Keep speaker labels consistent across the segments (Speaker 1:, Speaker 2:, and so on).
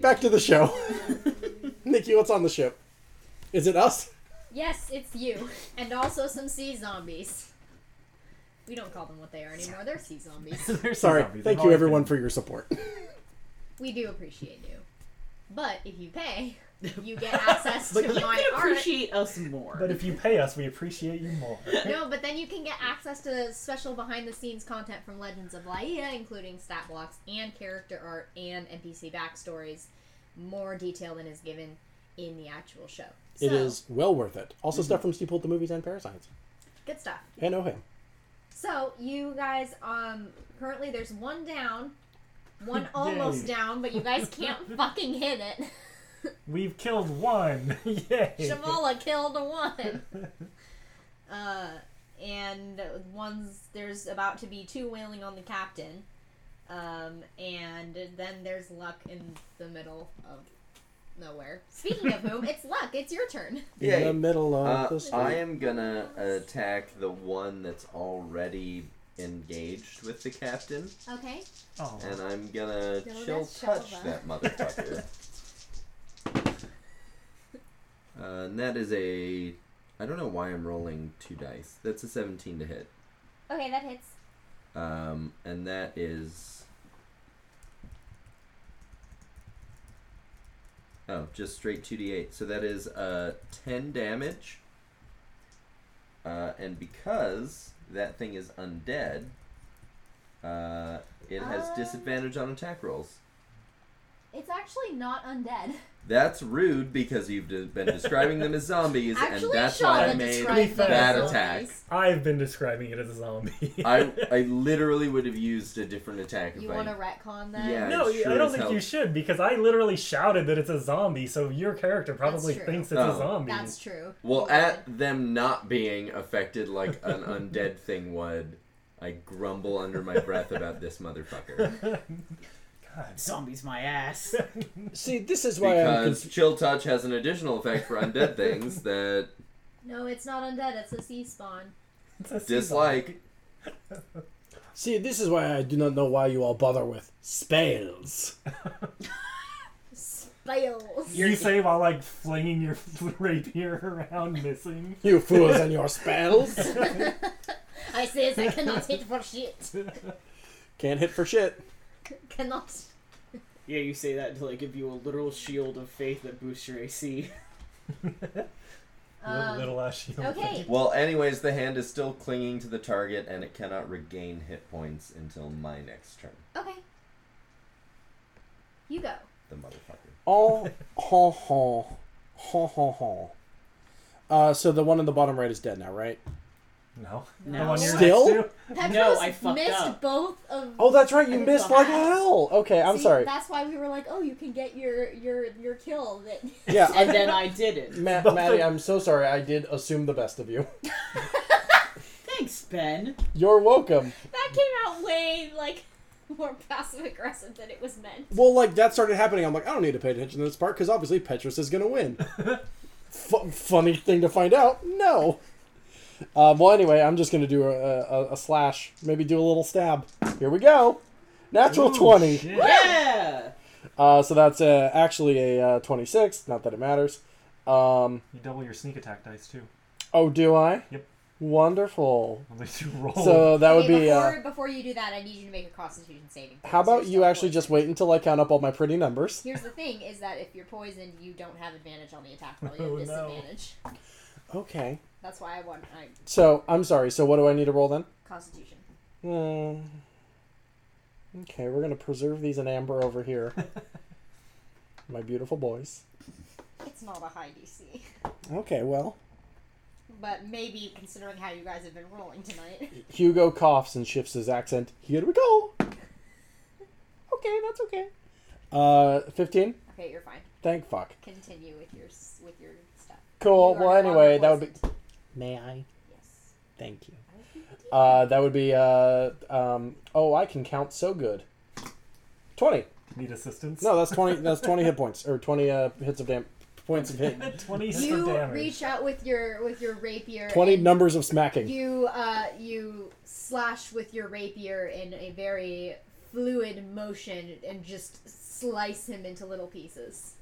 Speaker 1: back to the show. Nikki, what's on the ship? Is it us?
Speaker 2: Yes, it's you. And also some sea zombies. We don't call them what they are anymore. They're sea zombies.
Speaker 3: There's
Speaker 1: Sorry. Thank
Speaker 3: zombies. They've
Speaker 1: you,
Speaker 3: always
Speaker 1: everyone,
Speaker 3: been-
Speaker 1: for your support.
Speaker 2: We do appreciate you. But if you pay, you get access
Speaker 3: But
Speaker 2: to
Speaker 3: you
Speaker 2: my
Speaker 4: You can
Speaker 2: art.
Speaker 4: appreciate us more.
Speaker 3: But if you pay us, we appreciate you more.
Speaker 2: No, but then you can get access to special behind the scenes content from Legends of Laia, including stat blocks and character art and NPC backstories. More detail than is given in the actual show. So,
Speaker 1: It is well worth it. Also,
Speaker 5: Mm-hmm.
Speaker 1: stuff from Steeple the Movies and Parasites.
Speaker 2: good stuff.
Speaker 1: And oh, him.
Speaker 2: So you guys, um, currently there's one down, one almost down, but you guys can't fucking hit it.
Speaker 3: We've killed one. Yay.
Speaker 2: Shavala killed one. Uh, and one's there's about to be two wailing on the captain. Um, and then there's luck in the middle of nowhere. Speaking of whom, it's luck. It's your turn.
Speaker 1: In
Speaker 5: Yay.
Speaker 1: the middle of
Speaker 5: Uh,
Speaker 1: the street.
Speaker 5: I am gonna attack the one that's already engaged with the captain,
Speaker 2: Okay.
Speaker 3: Oh,
Speaker 5: and I'm gonna
Speaker 2: No,
Speaker 5: chill
Speaker 2: that's
Speaker 5: touch
Speaker 2: Shalva.
Speaker 5: that motherfucker. Uh, and that is a. I don't know why I'm rolling two dice. That's a 17 to hit.
Speaker 2: Okay, that hits.
Speaker 5: Um, and that is. Oh, just straight 2d8. So that is uh, 10 damage. Uh, and because that thing is undead, uh, it has
Speaker 2: Uh.
Speaker 5: disadvantage on attack rolls.
Speaker 2: It's actually not undead.
Speaker 5: That's rude because you've de- been describing them as zombies, and
Speaker 2: actually,
Speaker 5: that's why I
Speaker 2: Shauna
Speaker 5: made
Speaker 2: described them
Speaker 5: that
Speaker 2: as
Speaker 5: attack.
Speaker 2: zombies.
Speaker 3: I've been describing it as a zombie.
Speaker 5: I, I literally would have used a different attack if
Speaker 2: You
Speaker 5: I
Speaker 2: want to retcon that?
Speaker 5: Yeah.
Speaker 3: no,
Speaker 5: it sure
Speaker 3: I don't
Speaker 5: as
Speaker 3: think
Speaker 5: hell-
Speaker 3: you should because I literally shouted that it's a zombie, so your character probably
Speaker 2: true.
Speaker 3: thinks it's a
Speaker 5: Oh.
Speaker 3: zombie.
Speaker 2: That's true.
Speaker 5: Well,
Speaker 2: You
Speaker 5: at them not being affected like an undead thing would, I grumble under my breath about this motherfucker.
Speaker 3: God.
Speaker 4: Zombies, my ass.
Speaker 1: See, this is why I'm
Speaker 5: Because
Speaker 1: confused.
Speaker 5: chill touch has an additional effect for undead things that
Speaker 2: would. No, it's not undead. It's a sea spawn.
Speaker 3: It's a sea
Speaker 5: dislike.
Speaker 1: See, this is why I do not know why you all bother with spells.
Speaker 2: Spells.
Speaker 3: zombie. You say while like flinging your rapier around, missing.
Speaker 1: You fools and your spells.
Speaker 2: I says I cannot hit for shit.
Speaker 1: Can't hit for shit.
Speaker 2: Cannot.
Speaker 4: yeah, you say that until I give you a literal shield of faith that boosts your AC.
Speaker 3: Your
Speaker 2: Um,
Speaker 3: little ass shield.
Speaker 2: okay.
Speaker 5: Well, anyways, the hand is still clinging to the target and it cannot regain hit points until my next turn.
Speaker 2: Okay. You go.
Speaker 5: The motherfucker.
Speaker 1: Oh, ho, ho. Ho, ho, ho. Uh, so the one on the bottom right is dead now, right?
Speaker 3: No.
Speaker 4: No.
Speaker 3: The one you're
Speaker 1: Still?
Speaker 3: next to?
Speaker 2: Petros
Speaker 4: I fucked
Speaker 2: missed
Speaker 4: up.
Speaker 2: both of.
Speaker 1: Oh, that's right. You
Speaker 2: I think
Speaker 1: missed
Speaker 2: the
Speaker 1: like
Speaker 2: last.
Speaker 1: hell. Okay, I'm
Speaker 2: See,
Speaker 1: sorry.
Speaker 2: That's why we were like, oh, you can get your your your kill. That
Speaker 1: Yeah,
Speaker 4: And
Speaker 1: I,
Speaker 4: then I did it.
Speaker 1: Ma- Maddie, I'm so sorry. I did assume the best of you.
Speaker 4: Thanks, Ben.
Speaker 1: You're welcome.
Speaker 2: that came out way like more passive aggressive than it was meant.
Speaker 1: Well, like that started happening. I'm like, I don't need to pay attention to this part because obviously Petrus is gonna win. Fu funny thing to find out. No. Uh, well, anyway, I'm just gonna do a, a, a slash. Maybe do a little stab. Here we go. Natural
Speaker 3: Ooh,
Speaker 1: twenty.
Speaker 3: shit.
Speaker 4: Yeah!
Speaker 1: Uh, so that's uh, actually a uh, twenty-six. Not that it matters. Um,
Speaker 3: You double your sneak attack dice too.
Speaker 1: oh, do I?
Speaker 3: Yep. Oh.
Speaker 1: Wonderful.
Speaker 3: At least you roll.
Speaker 1: So that would
Speaker 2: Okay,
Speaker 1: be. Uh,
Speaker 2: before, before you do that, I need you to make a Constitution saving. throw,
Speaker 1: how
Speaker 2: so
Speaker 1: about you
Speaker 2: you're still
Speaker 1: actually just
Speaker 2: poisoned.
Speaker 1: wait until I count up all my pretty numbers?
Speaker 2: Here's the thing: is that if you're poisoned, you don't have advantage on the attack roll.
Speaker 3: Oh,
Speaker 2: You
Speaker 3: no.
Speaker 2: have disadvantage.
Speaker 1: Okay.
Speaker 2: That's why I want I,
Speaker 1: So I'm sorry. So what do I need to roll then?
Speaker 2: Constitution.
Speaker 1: Hmm. Okay, we're gonna preserve these in amber over here. My beautiful boys.
Speaker 2: It's not a high DC,
Speaker 1: Okay, well,
Speaker 2: but maybe considering how you guys have been rolling tonight.
Speaker 1: Hugo coughs and shifts his accent. Here we go. Okay, that's okay. Uh, fifteen.
Speaker 2: Okay, you're fine.
Speaker 1: Thank fuck.
Speaker 2: Continue with your s- with your stuff.
Speaker 1: Cool.
Speaker 2: You are
Speaker 1: Well,
Speaker 2: no
Speaker 1: anyway,
Speaker 2: longer
Speaker 1: that would be.
Speaker 2: poisoned.
Speaker 1: May I?
Speaker 2: Yes.
Speaker 1: Thank you.
Speaker 2: I hope you do.
Speaker 1: Uh, that would be. Uh, um. Oh, I can count so good. Twenty.
Speaker 3: Need assistance?
Speaker 1: No, that's twenty. That's twenty hit points or twenty uh, hits of damn points of hit.
Speaker 3: 20 hits of
Speaker 2: you
Speaker 3: damage.
Speaker 2: reach out with your with your rapier.
Speaker 1: Twenty
Speaker 2: and
Speaker 1: numbers of smacking.
Speaker 2: You uh you slash with your rapier in a very fluid motion and just slice him into little pieces.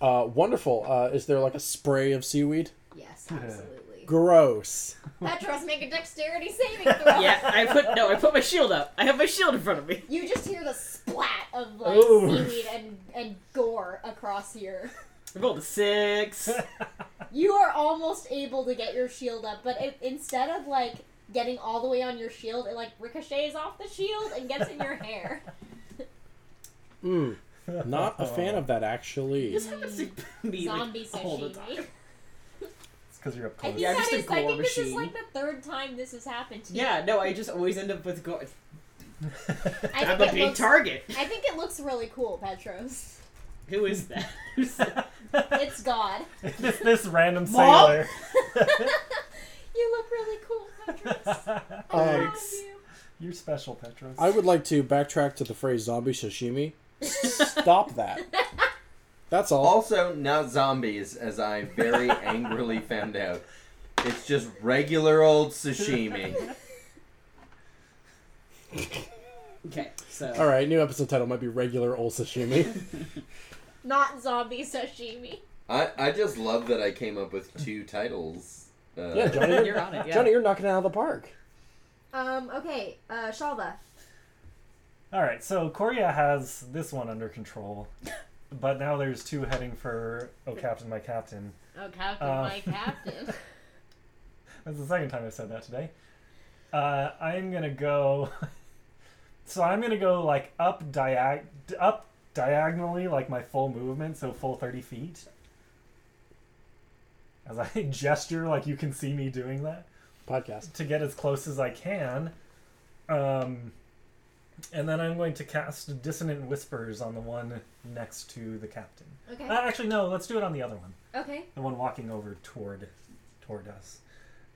Speaker 1: Uh, wonderful. Uh, is there like a spray of seaweed?
Speaker 2: Yes, absolutely.
Speaker 1: Gross.
Speaker 2: Petros, make a dexterity saving throw.
Speaker 4: Yeah, I put no, I put my shield up. I have my shield in front of me.
Speaker 2: You just hear the splat of like
Speaker 3: Ooh.
Speaker 2: seaweed and, and gore across here.
Speaker 4: I rolled a six.
Speaker 2: You are almost able to get your shield up, but it, instead of like getting all the way on your shield, it like ricochets off the shield and gets in your hair.
Speaker 1: Mm. Not a fan of that, actually.
Speaker 4: This happens to me like,
Speaker 2: Zombie
Speaker 4: all the
Speaker 2: sashimi.
Speaker 4: time.
Speaker 3: It's because you're up
Speaker 2: I
Speaker 3: close.
Speaker 2: think,
Speaker 4: Yeah, I'm
Speaker 2: that
Speaker 4: just a
Speaker 2: is- I
Speaker 4: gore
Speaker 2: think this is
Speaker 4: machine.
Speaker 2: like the third time this has happened to you.
Speaker 4: Yeah, no, I just always end up with gore.
Speaker 2: I
Speaker 4: I'm
Speaker 2: think
Speaker 4: a
Speaker 2: it
Speaker 4: big
Speaker 2: looks,
Speaker 4: target.
Speaker 2: I think it looks really cool, Petros.
Speaker 4: Who is that?
Speaker 2: It's God.
Speaker 3: this this random
Speaker 4: Mom?
Speaker 3: sailor.
Speaker 2: You look really cool, Petros. I
Speaker 1: Um,
Speaker 2: love you.
Speaker 3: you're special, Petros.
Speaker 1: I would like to backtrack to the phrase zombie sashimi. Stop that. That's all.
Speaker 5: Also, not zombies, as I very angrily found out. It's just regular old sashimi.
Speaker 4: okay, so
Speaker 1: All right, new episode title might be regular old sashimi.
Speaker 2: Not zombie sashimi.
Speaker 5: I, I just love that I came up with two titles. Uh,
Speaker 1: Yeah, Johnny, you're,
Speaker 4: you're on it. Yeah.
Speaker 1: Johnny, you're knocking it out of the park.
Speaker 2: Um, okay, uh, Shalva.
Speaker 3: All right, so Korea has this one under control, but now there's two heading for "Oh Captain, My Captain."
Speaker 2: Oh, Captain,
Speaker 3: Uh.
Speaker 2: my captain.
Speaker 3: That's the second time I've said that today. Uh, I'm gonna go. so I'm gonna go like up diag up diagonally, like my full movement, so full thirty feet. As I gesture, like you can see me doing that
Speaker 1: Podcast.
Speaker 3: to get as close as I can. Um, and then I'm going to cast Dissonant Whispers on the one next to the captain.
Speaker 2: Okay.
Speaker 3: Uh, actually, no, let's do it on the other one.
Speaker 2: Okay.
Speaker 3: The one walking over toward toward us.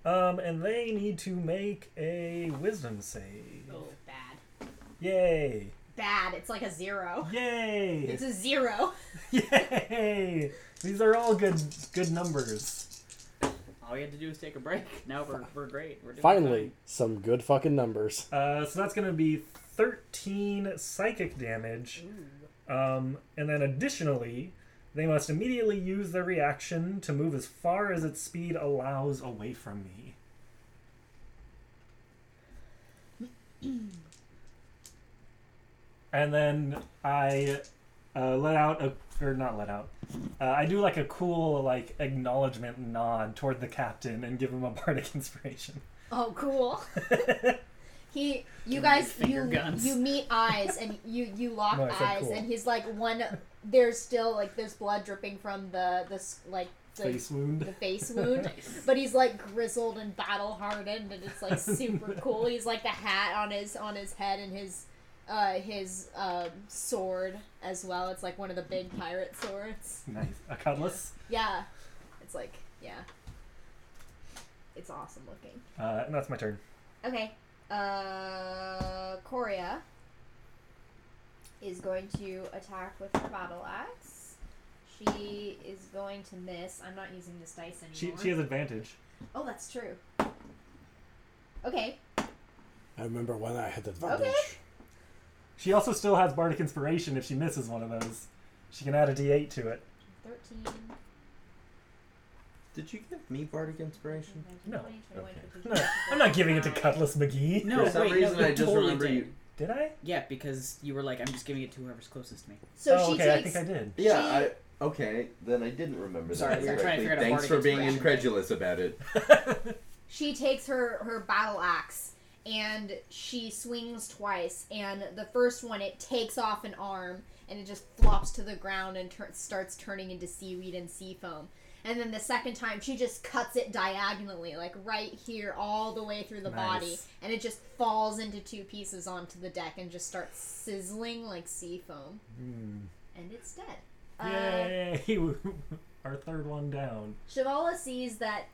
Speaker 3: Um, and they need to make a wisdom save.
Speaker 2: Oh, bad.
Speaker 3: Yay!
Speaker 2: Bad. It's like a zero.
Speaker 3: Yay!
Speaker 2: It's a zero.
Speaker 3: Yay! These are all good good numbers.
Speaker 4: All we had to do was take a break. Now we're, we're great. We're doing
Speaker 1: Finally, some good fucking numbers.
Speaker 3: Uh, so that's gonna be 13 psychic damage. Um, and then additionally, they must immediately use their reaction to move as far as its speed allows away from me. and then I uh, let out a or not let out. Uh, I do like a cool like acknowledgement nod toward the captain and give him a bardic inspiration.
Speaker 2: Oh, cool. he, you guys,
Speaker 4: Finger
Speaker 2: you
Speaker 4: guns.
Speaker 2: you meet eyes and you you lock
Speaker 3: No, I said
Speaker 2: eyes
Speaker 3: cool.
Speaker 2: and he's like one. There's still like there's blood dripping from the this like the
Speaker 3: Face wound.
Speaker 2: the face wound, but he's like grizzled and battle hardened and it's like super cool. He's like the hat on his on his head and his uh his um sword as well. It's like one of the big pirate swords.
Speaker 3: Nice. A cutlass.
Speaker 2: Yeah. It's like, yeah. It's awesome looking.
Speaker 3: Uh, and that's my turn.
Speaker 2: Okay. Uh Coria is going to attack with her battle axe. She is going to miss. I'm not using this dice
Speaker 3: She,
Speaker 2: anymore.
Speaker 3: she has advantage.
Speaker 2: oh, that's true. Okay.
Speaker 1: I remember when I had the advantage.
Speaker 2: Okay.
Speaker 3: She also still has bardic inspiration if she misses one of those. She can add a d8 to it.
Speaker 2: 13.
Speaker 5: Did you give me Bardic Inspiration?
Speaker 2: 19,
Speaker 3: No.
Speaker 2: 20, 21,
Speaker 5: Okay.
Speaker 2: 22,
Speaker 3: No, I'm not giving it to
Speaker 2: 25.
Speaker 3: Cutlass McGee.
Speaker 4: No,
Speaker 5: For some
Speaker 4: wait,
Speaker 5: reason,
Speaker 4: no, you
Speaker 5: I just
Speaker 4: totally
Speaker 5: remember
Speaker 4: did.
Speaker 5: you-
Speaker 3: Did I?
Speaker 4: Yeah, because you were like, I'm just giving it to whoever's closest to me.
Speaker 2: So
Speaker 3: oh,
Speaker 2: she
Speaker 3: okay, I
Speaker 2: takes
Speaker 3: think I did.
Speaker 5: Yeah,
Speaker 2: She-
Speaker 5: I. Okay, then I didn't remember
Speaker 4: Sorry,
Speaker 5: that.
Speaker 4: we were trying to
Speaker 5: correctly.
Speaker 4: figure out a
Speaker 5: Thanks
Speaker 4: bardic
Speaker 5: for being
Speaker 4: inspiration.
Speaker 5: incredulous about it.
Speaker 2: she takes her her battle axe and she swings twice and the first one it takes off an arm and it just flops to the ground and tur- starts turning into seaweed and sea foam and then the second time she just cuts it diagonally like right here all the way through the body
Speaker 3: Nice.
Speaker 2: and it just falls into two pieces onto the deck and just starts sizzling like sea foam and it's dead Uh,
Speaker 3: Hmm. Yay! Our third one down.
Speaker 2: Shivala sees that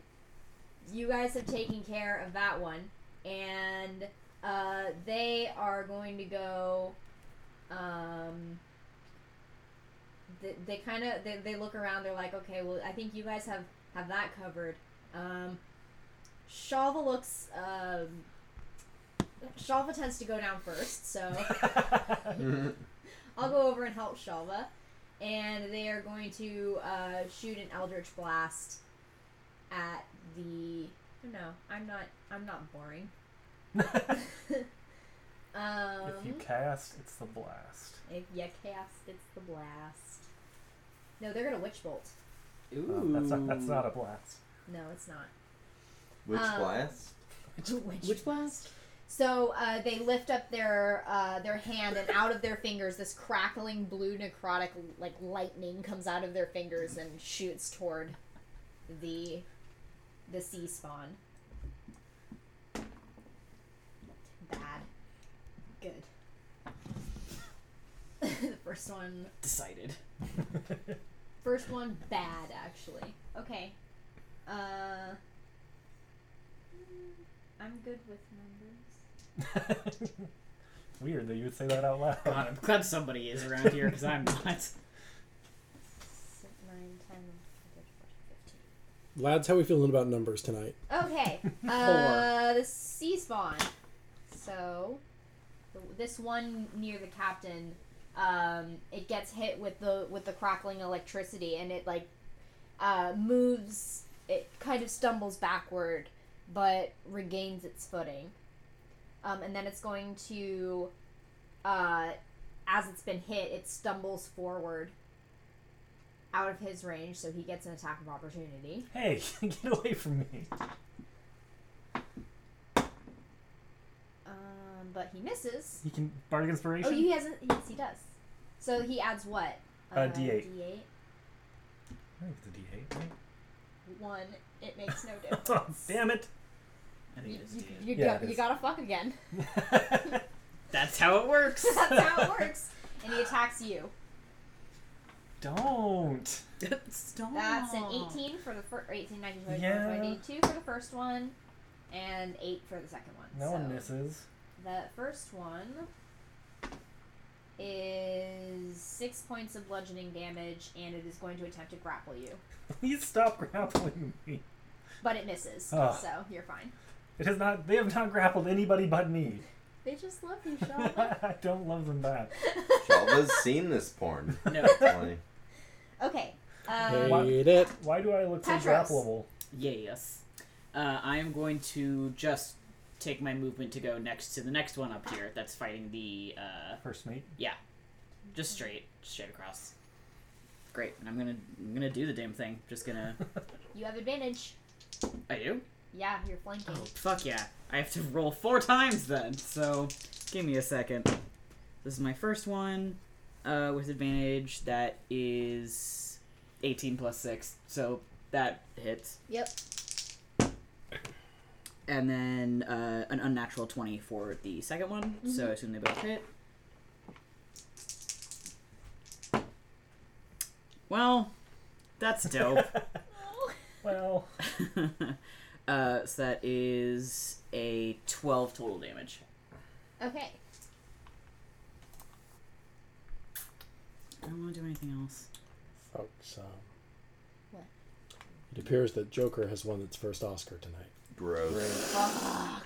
Speaker 2: you guys have taken care of that one, and uh, they are going to go. Um, they, they kind of they, they look around. They're like, okay, well, I think you guys have have that covered. Um, Shalva looks um, Shalva tends to go down first, so I'll go over and help Shalva. And they are going to uh, shoot an Eldritch Blast at the. No, I'm not. I'm not boring. um,
Speaker 3: if you cast, it's the blast.
Speaker 2: if you cast, it's the blast. No, they're gonna witch bolt.
Speaker 3: Oh,
Speaker 4: Ooh.
Speaker 3: that's not that's not a blast.
Speaker 2: No, it's not.
Speaker 5: Which
Speaker 2: Um,
Speaker 5: blast?
Speaker 2: Witch,
Speaker 4: Witch blast?
Speaker 2: So uh, they lift up their uh, their hand, and out of their fingers, this crackling blue necrotic like lightning comes out of their fingers and shoots toward the the sea spawn. Bad. Good. the first one,
Speaker 4: Decided.
Speaker 2: first one bad actually. Okay. Uh, I'm good with numbers.
Speaker 3: Weird that you would say that out
Speaker 4: God,
Speaker 3: loud.
Speaker 4: I'm glad somebody is around here because I'm not.
Speaker 2: Six, nine, 10, 11,
Speaker 1: Lads, how we feeling about numbers tonight?
Speaker 2: 12, 13. Okay. Uh, the sea spawn. So, the, this one near the captain, um, it gets hit with the with the crackling electricity, and it like uh, moves. It kind of stumbles backward, but regains its footing. Um, and then it's going to, uh, as it's been hit, it stumbles forward out of his range, so he gets an attack of opportunity.
Speaker 3: hey, get away from me!
Speaker 2: Um, but he misses.
Speaker 3: You can bardic
Speaker 2: Oh,
Speaker 3: inspiration.
Speaker 2: he hasn't. Yes, he does. So he adds what?
Speaker 3: Uh, D8.
Speaker 2: D8.
Speaker 3: I think it's a D8. right?
Speaker 2: One. It makes no
Speaker 3: Oh,
Speaker 2: difference.
Speaker 3: damn it!
Speaker 4: I
Speaker 2: You,
Speaker 4: think it is
Speaker 2: you,
Speaker 4: dead.
Speaker 2: you,
Speaker 3: Yeah,
Speaker 2: go-
Speaker 3: it
Speaker 2: you
Speaker 3: is.
Speaker 2: gotta fuck again.
Speaker 4: That's how it works.
Speaker 2: That's how it works. And he attacks you.
Speaker 3: Don't.
Speaker 4: Stop.
Speaker 2: That's an 18 for the first, 18, 19, 20,
Speaker 3: Oh. Yeah.
Speaker 2: 22 for the first one, and 8 for the second one.
Speaker 3: No
Speaker 2: so
Speaker 3: one misses.
Speaker 2: The first one is 6 points of bludgeoning damage, and it is going to attempt to grapple you.
Speaker 3: Please stop grappling me.
Speaker 2: But it misses,
Speaker 3: Ugh.
Speaker 2: so you're fine.
Speaker 3: It is not. They have not grappled anybody but me.
Speaker 2: They just love you, Sean.
Speaker 3: I don't love them back.
Speaker 5: Shalva's seen this porn.
Speaker 4: No.
Speaker 5: Like,
Speaker 2: okay. Uh,
Speaker 1: Hate it.
Speaker 3: Why do I look so
Speaker 2: Petros.
Speaker 3: grappleable?
Speaker 4: Yes. Uh, I am going to just take my movement to go next to the next one up here that's fighting the. Uh,
Speaker 3: First mate.
Speaker 4: yeah. Just straight. Straight across. Great. And I'm gonna I'm gonna do the damn thing. Just gonna
Speaker 2: You have advantage.
Speaker 4: I do?
Speaker 2: Yeah, you're flanking.
Speaker 4: Oh fuck yeah. I have to roll four times then, so give me a second. This is my first one, uh, with advantage. That is eighteen plus six, so that hits.
Speaker 2: Yep.
Speaker 4: And then uh, an unnatural twenty for the second one, so I assume they both hit. Well, that's dope.
Speaker 3: Well,
Speaker 4: uh, so that is a 12 total damage.
Speaker 2: Okay.
Speaker 4: I don't want to do anything else.
Speaker 1: Folks, um,
Speaker 2: What?
Speaker 1: it appears that Joker has won its first Oscar tonight.
Speaker 5: gross.
Speaker 2: Fuck.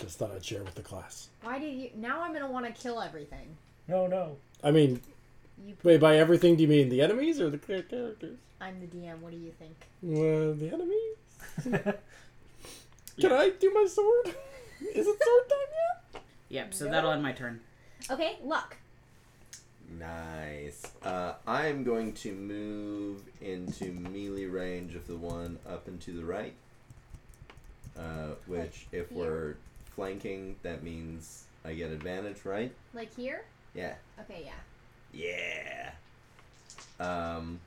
Speaker 1: Just thought I'd share with the class.
Speaker 2: Why did you? Now I'm gonna want to kill everything.
Speaker 3: no, no.
Speaker 1: I mean,
Speaker 2: You.
Speaker 1: wait, by everything do you mean the enemies or the clear characters?
Speaker 2: I'm the DM. What do you think?
Speaker 1: Well, the enemies?
Speaker 4: Yeah.
Speaker 1: Can I do my sword? Is it sword time yet?
Speaker 4: Yep, so that'll end my turn.
Speaker 2: Okay, luck.
Speaker 5: Nice. Uh, I'm going to move into melee range of the one up and to the right. Uh, which, if
Speaker 2: Here.
Speaker 5: we're flanking, that means I get advantage, right?
Speaker 2: Like here.
Speaker 5: Yeah.
Speaker 2: Okay, yeah.
Speaker 5: Yeah. Um,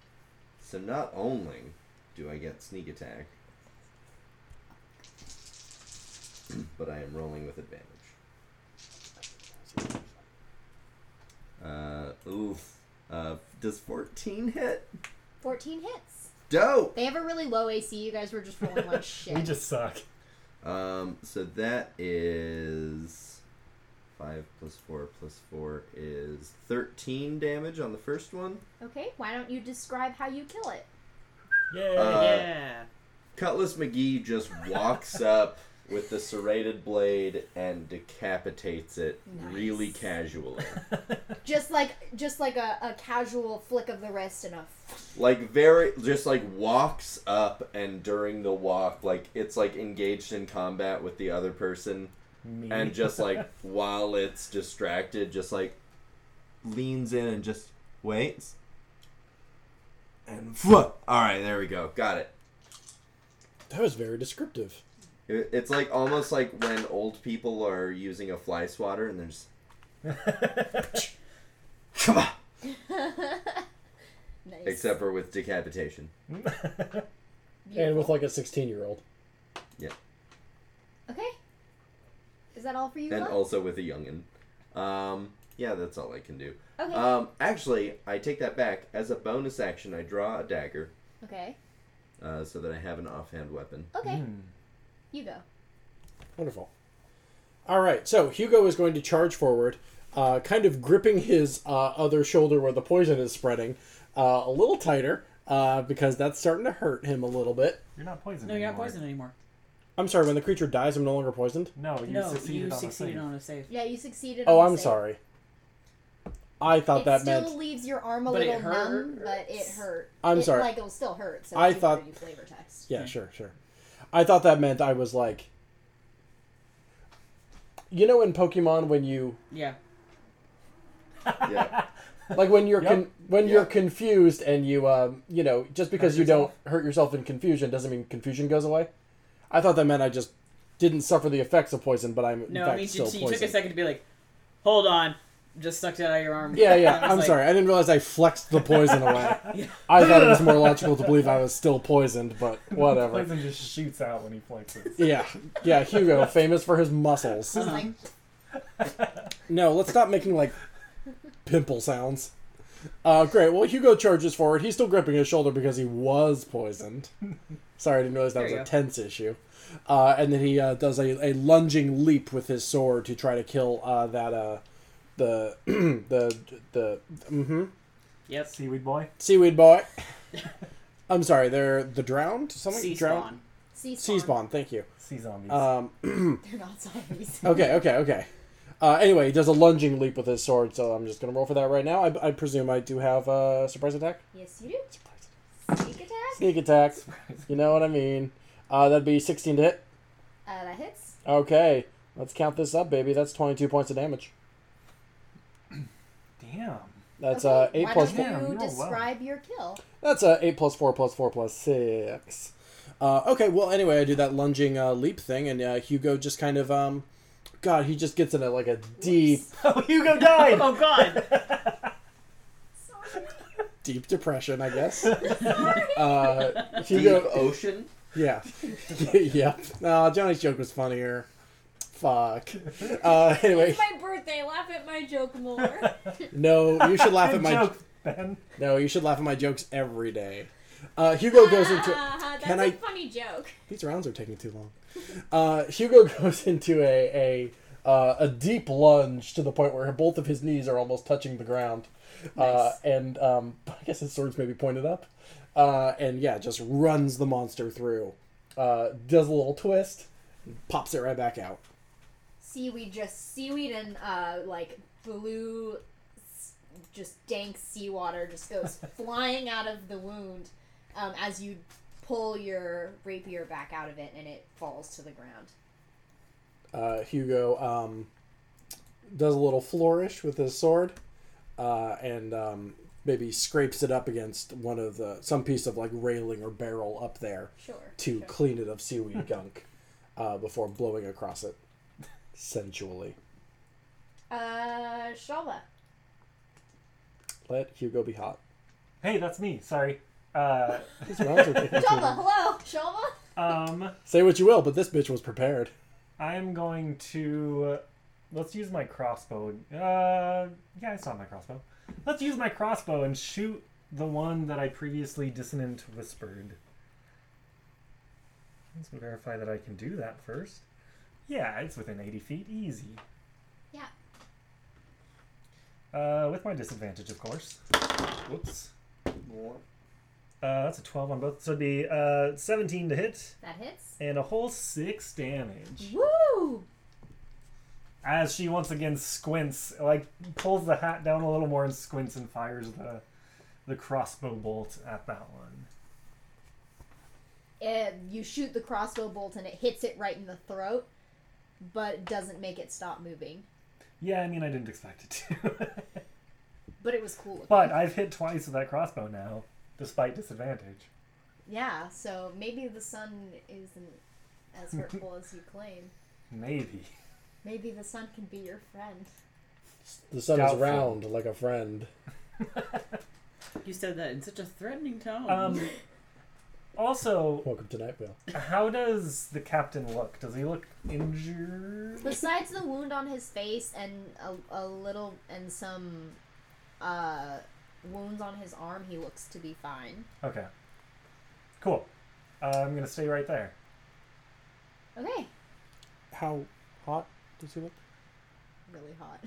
Speaker 5: so not only do I get sneak attack, but I am rolling with advantage. Uh, oof. Uh, does 14 hit?
Speaker 2: 14 hits.
Speaker 5: Dope!
Speaker 2: They have a really low AC. You guys were just rolling like shit.
Speaker 3: We just suck.
Speaker 5: Um, so that is 5 plus 4 plus 4 is 13 damage on the first one.
Speaker 2: Okay, why don't you describe how you kill it?
Speaker 3: Yay.
Speaker 5: Uh,
Speaker 4: yeah.
Speaker 5: Cutlass McGee just walks up with the serrated blade and decapitates it really
Speaker 2: Nice.
Speaker 5: casually.
Speaker 2: Just like just like a, a casual flick of the wrist and a
Speaker 5: like very just like walks up and during the walk like it's like engaged in combat with the other person
Speaker 3: Me.
Speaker 5: and just like while it's distracted just like leans in and just waits and all right there we go got it
Speaker 1: That was very descriptive.
Speaker 5: It- it's like almost like when old people are using a fly swatter and there's come on
Speaker 2: nice.
Speaker 5: except for with decapitation
Speaker 1: And with like a 16 year old.
Speaker 2: okay. Is that all for you?
Speaker 5: and
Speaker 2: Luck?
Speaker 5: also with a youngin um yeah that's all i can do
Speaker 2: okay.
Speaker 5: Um, actually, I take that back. As a bonus action, I draw a dagger
Speaker 2: okay.
Speaker 5: uh, so that I have an offhand weapon.
Speaker 2: Okay.
Speaker 3: Hmm.
Speaker 2: You go.
Speaker 1: Wonderful. All right, so Hugo is going to charge forward, uh, kind of gripping his uh, other shoulder where the poison is spreading uh, a little tighter uh, because that's starting to hurt him a little bit.
Speaker 3: You're not poisoned.
Speaker 4: No, you're not
Speaker 3: anymore.
Speaker 4: poisoned anymore.
Speaker 1: I'm sorry, when the creature dies, I'm no longer poisoned?
Speaker 3: No, you
Speaker 4: no,
Speaker 3: succeeded
Speaker 4: you
Speaker 3: on
Speaker 4: succeeded
Speaker 3: the save.
Speaker 4: on a save.
Speaker 2: Yeah, you succeeded.
Speaker 1: Oh,
Speaker 2: on the
Speaker 1: I'm
Speaker 2: save.
Speaker 1: sorry. I thought
Speaker 2: It
Speaker 1: that
Speaker 2: still
Speaker 1: meant.
Speaker 2: leaves your arm a
Speaker 4: But it
Speaker 2: little numb,
Speaker 4: hurts.
Speaker 2: but it hurt.
Speaker 1: I'm
Speaker 2: It,
Speaker 1: sorry.
Speaker 2: Like it'll still hurt. So
Speaker 1: I
Speaker 2: it's good
Speaker 1: thought-
Speaker 2: for you flavor text.
Speaker 1: Yeah, sure, sure. I thought that meant I was like. You know in Pokemon when you
Speaker 4: Yeah.
Speaker 5: Yeah.
Speaker 1: like when you're
Speaker 3: Yep.
Speaker 1: con- when
Speaker 5: Yeah.
Speaker 1: you're confused and you um you know just because
Speaker 4: Hurt
Speaker 1: you
Speaker 4: yourself.
Speaker 1: don't hurt yourself in confusion doesn't mean confusion goes away. I thought that meant I just didn't suffer the effects of poison, but I'm in
Speaker 4: No, it
Speaker 1: fact
Speaker 4: means
Speaker 1: still
Speaker 4: you, you took a
Speaker 1: poisoned.
Speaker 4: second to be like, hold on, just sucked it out of your arm.
Speaker 1: yeah, yeah.
Speaker 4: And I was
Speaker 1: I'm
Speaker 4: like,
Speaker 1: sorry. I didn't realize I flexed the poison away. I thought it was more logical to believe I was still poisoned, but whatever.
Speaker 3: Poison just shoots out when he flexes.
Speaker 1: Yeah, yeah. Hugo, famous for his muscles.
Speaker 2: It's like
Speaker 1: No, let's stop making like pimple sounds. Uh, great. Well, Hugo charges forward. He's still gripping his shoulder because he was poisoned. Sorry, I didn't realize that
Speaker 4: There
Speaker 1: was
Speaker 4: you
Speaker 1: a
Speaker 4: go.
Speaker 1: tense issue. Uh, and then he uh, does a, a lunging leap with his sword to try to kill uh, that uh, the the the mhm.
Speaker 4: Yep.
Speaker 3: Seaweed boy.
Speaker 1: seaweed boy. I'm sorry, they're the drowned. Something
Speaker 4: Sea
Speaker 1: drowned.
Speaker 4: spawn.
Speaker 2: sea spawn.
Speaker 1: Sea spawn. Thank you.
Speaker 3: Sea zombies.
Speaker 1: Um,
Speaker 2: They're not zombies.
Speaker 1: Okay, okay, okay. Uh, anyway, he does a lunging leap with his sword, so I'm just going to roll for that right now. I, I presume I do have a surprise attack?
Speaker 2: Yes, you do. Sneak attack.
Speaker 1: Sneak attack. You know what I mean. Uh, that'd be 16 to hit.
Speaker 2: Uh, that hits.
Speaker 1: Okay, let's count this up, baby. That's 22 points of damage.
Speaker 3: Damn.
Speaker 1: That's
Speaker 2: okay,
Speaker 1: uh, 8
Speaker 2: why
Speaker 1: plus
Speaker 2: don't
Speaker 1: 4.
Speaker 3: Damn, you
Speaker 2: you
Speaker 3: roll well.
Speaker 2: describe your kill?
Speaker 1: That's uh, 8 plus 4 plus 4 plus 6. Uh, okay, well, anyway, I do that lunging uh, leap thing, and uh, Hugo just kind of, um, God, he just gets in a, like a deep,
Speaker 3: Oh, Hugo died.
Speaker 4: Oh god.
Speaker 2: Sorry.
Speaker 1: deep depression, I guess. uh,
Speaker 5: Deep
Speaker 1: Hugo,
Speaker 5: ocean?
Speaker 1: Yeah. yep. No, Johnny's joke was funnier. Fuck. Uh, anyway,
Speaker 2: It's my birthday. Laugh at my joke more.
Speaker 1: no, you should laugh at
Speaker 3: Good
Speaker 1: my
Speaker 3: joke, Ben.
Speaker 1: no, you should laugh at my jokes every day. Uh, Hugo goes into
Speaker 2: that's
Speaker 1: can
Speaker 2: a
Speaker 1: I-
Speaker 2: funny joke.
Speaker 1: these rounds are taking too long. Uh, Hugo goes into a a uh, a deep lunge to the point where both of his knees are almost touching the ground, uh,
Speaker 2: Nice.
Speaker 1: and um, I guess his sword's maybe pointed up, uh, and yeah, just runs the monster through, uh, does a little twist, pops it right back out.
Speaker 2: Seaweed, just seaweed and uh, like blue, s- just dank seawater just goes flying out of the wound um, as you pull your rapier back out of it and it falls to the ground.
Speaker 1: uh, Hugo um, does a little flourish with his sword, uh, and um, maybe scrapes it up against one of the some piece of like railing or barrel up there
Speaker 2: Sure.
Speaker 1: to
Speaker 2: sure.
Speaker 1: clean it of seaweed gunk uh, before blowing across it sensually.
Speaker 2: Uh, Shalva.
Speaker 1: Let Hugo be hot.
Speaker 3: Hey, that's me. Sorry. Uh,
Speaker 1: These rounds are taking too
Speaker 2: Shalva,
Speaker 1: long.
Speaker 2: hello, Shalva.
Speaker 3: um,
Speaker 1: Say what you will, but this bitch was prepared.
Speaker 3: I'm going to uh, let's use my crossbow. Uh, yeah, I saw my crossbow. Let's use my crossbow and shoot the one that I previously dissonant whispered. Let's verify that I can do that first. Yeah, it's within 80 feet, easy.
Speaker 2: Yeah.
Speaker 3: Uh, with my disadvantage, of course. Whoops. Uh, that's a 12 on both. So it'd be uh, 17 to hit
Speaker 2: That hits.
Speaker 3: and a whole 6 damage.
Speaker 2: Woo!
Speaker 3: As she once again squints, like pulls the hat down a little more and squints and fires the the crossbow bolt at that one.
Speaker 2: It, you shoot the crossbow bolt and it hits it right in the throat, but it doesn't make it stop moving.
Speaker 3: Yeah, I mean, I didn't expect it to.
Speaker 2: But it was cool. looking.
Speaker 3: but I've hit twice with that crossbow now, despite disadvantage.
Speaker 2: Yeah, so maybe the sun isn't as hurtful as you claim.
Speaker 3: Maybe.
Speaker 2: Maybe the sun can be your friend.
Speaker 1: The sun
Speaker 3: Doubtful.
Speaker 1: is round like a friend.
Speaker 4: You said that in such a threatening tone.
Speaker 3: Um, also,
Speaker 1: Welcome to Night Vale.
Speaker 3: how does the captain look? Does he look injured?
Speaker 2: Besides the wound on his face and a, a little and some uh, wounds on his arm, he looks to be fine.
Speaker 3: Okay. Cool. Uh, I'm gonna stay right there.
Speaker 2: Okay,
Speaker 1: How hot does he look?
Speaker 2: really hot.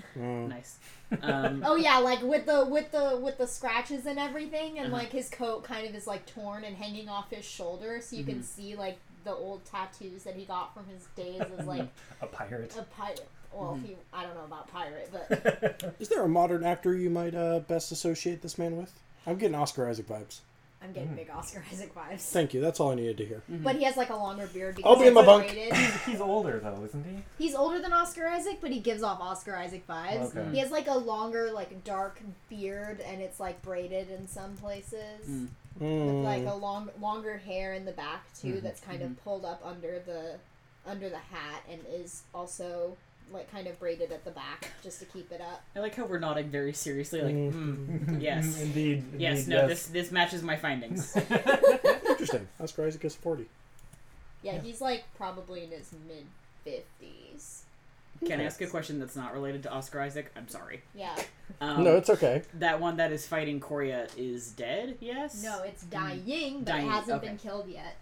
Speaker 4: nice. Um,
Speaker 2: Oh yeah, like with the with the with the scratches and everything, and
Speaker 4: Uh-huh.
Speaker 2: like his coat kind of is like torn and hanging off his shoulder, so you can see like the old tattoos that he got from his days as like
Speaker 3: A pirate.
Speaker 2: a pirate. Well, he I don't know about pirate, but
Speaker 1: Is there a modern actor you might uh, best associate this man with? I'm getting Oscar Isaac vibes.
Speaker 2: I'm
Speaker 1: Mm.
Speaker 2: getting big Oscar Isaac vibes.
Speaker 1: Thank you. That's all I needed to hear.
Speaker 2: But he has like a longer beard. Because
Speaker 1: I'll be in my
Speaker 2: it's
Speaker 1: bunk.
Speaker 2: braided.
Speaker 3: He's older though, isn't he?
Speaker 2: He's older than Oscar Isaac, but he gives off Oscar Isaac vibes.
Speaker 3: Okay.
Speaker 2: He has like a longer, like dark beard, and it's like braided in some places.
Speaker 1: Mm.
Speaker 4: Mm.
Speaker 1: Mm-hmm.
Speaker 2: like a long longer hair in the back too
Speaker 3: Mhm.
Speaker 2: that's kind
Speaker 4: Mm-hmm.
Speaker 2: of pulled up under the under the hat and is also like kind of braided at the back just to keep it up.
Speaker 4: I like how we're nodding very seriously. Like, mm, yes,
Speaker 3: Indeed.
Speaker 4: yes.
Speaker 3: indeed,
Speaker 4: No, this this matches my findings. Mm-hmm.
Speaker 1: Interesting. Oscar Isaac is 40.
Speaker 2: Yeah, he's like probably in his mid fifties.
Speaker 4: Can I ask a question that's not related to Oscar Isaac? I'm sorry.
Speaker 2: Yeah.
Speaker 4: Um,
Speaker 1: no, it's okay.
Speaker 4: that one that is fighting Coria is dead. Yes.
Speaker 2: No, it's dying, but
Speaker 4: Mm. Dying,
Speaker 2: it hasn't been
Speaker 4: okay.
Speaker 2: killed yet.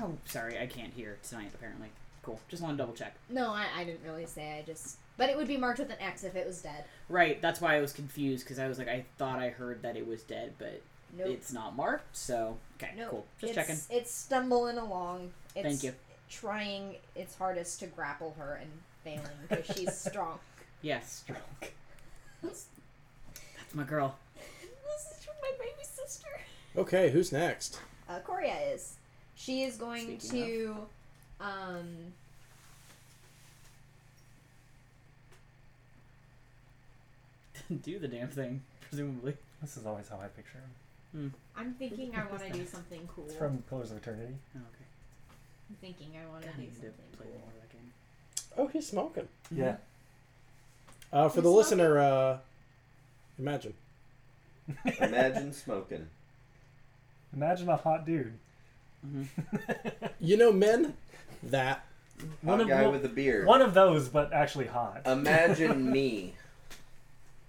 Speaker 4: Oh, sorry, I can't hear tonight. Apparently, cool. Just want to double check.
Speaker 2: No, I, I didn't really say. I just but it would be marked with an X if it was dead.
Speaker 4: Right, that's why I was confused because I was like, I thought I heard that it was dead, but
Speaker 2: Nope.
Speaker 4: it's not marked. So okay,
Speaker 2: no,
Speaker 4: cool. Just
Speaker 2: it's,
Speaker 4: checking.
Speaker 2: It's stumbling along. It's
Speaker 4: Thank you.
Speaker 2: Trying its hardest to grapple her and failing because she's strong.
Speaker 4: Yes, drunk. That's my girl.
Speaker 2: This is from my baby sister.
Speaker 1: Okay, who's next?
Speaker 2: Uh, Coria is. She is going
Speaker 4: Speaking
Speaker 2: to. Um,
Speaker 4: Do the damn thing, presumably.
Speaker 3: This is always how I picture him.
Speaker 2: I'm thinking I want to do something cool.
Speaker 3: It's from Pillars of Eternity.
Speaker 4: Oh, okay.
Speaker 2: I'm thinking I want to
Speaker 4: God, I
Speaker 2: do
Speaker 4: need to
Speaker 2: something
Speaker 4: play
Speaker 2: cool.
Speaker 4: more of that game.
Speaker 1: Oh, he's smoking.
Speaker 4: Mm-hmm.
Speaker 3: Yeah.
Speaker 1: Uh, for
Speaker 2: He's
Speaker 1: the
Speaker 2: smoking?
Speaker 1: listener, uh, imagine.
Speaker 5: Imagine smoking.
Speaker 3: Imagine a hot dude.
Speaker 1: You know, men, that.
Speaker 3: One
Speaker 5: One
Speaker 3: of-
Speaker 5: guy
Speaker 3: one-
Speaker 5: with a beard.
Speaker 3: One of those, but actually hot.
Speaker 4: Uh,
Speaker 5: Imagine me.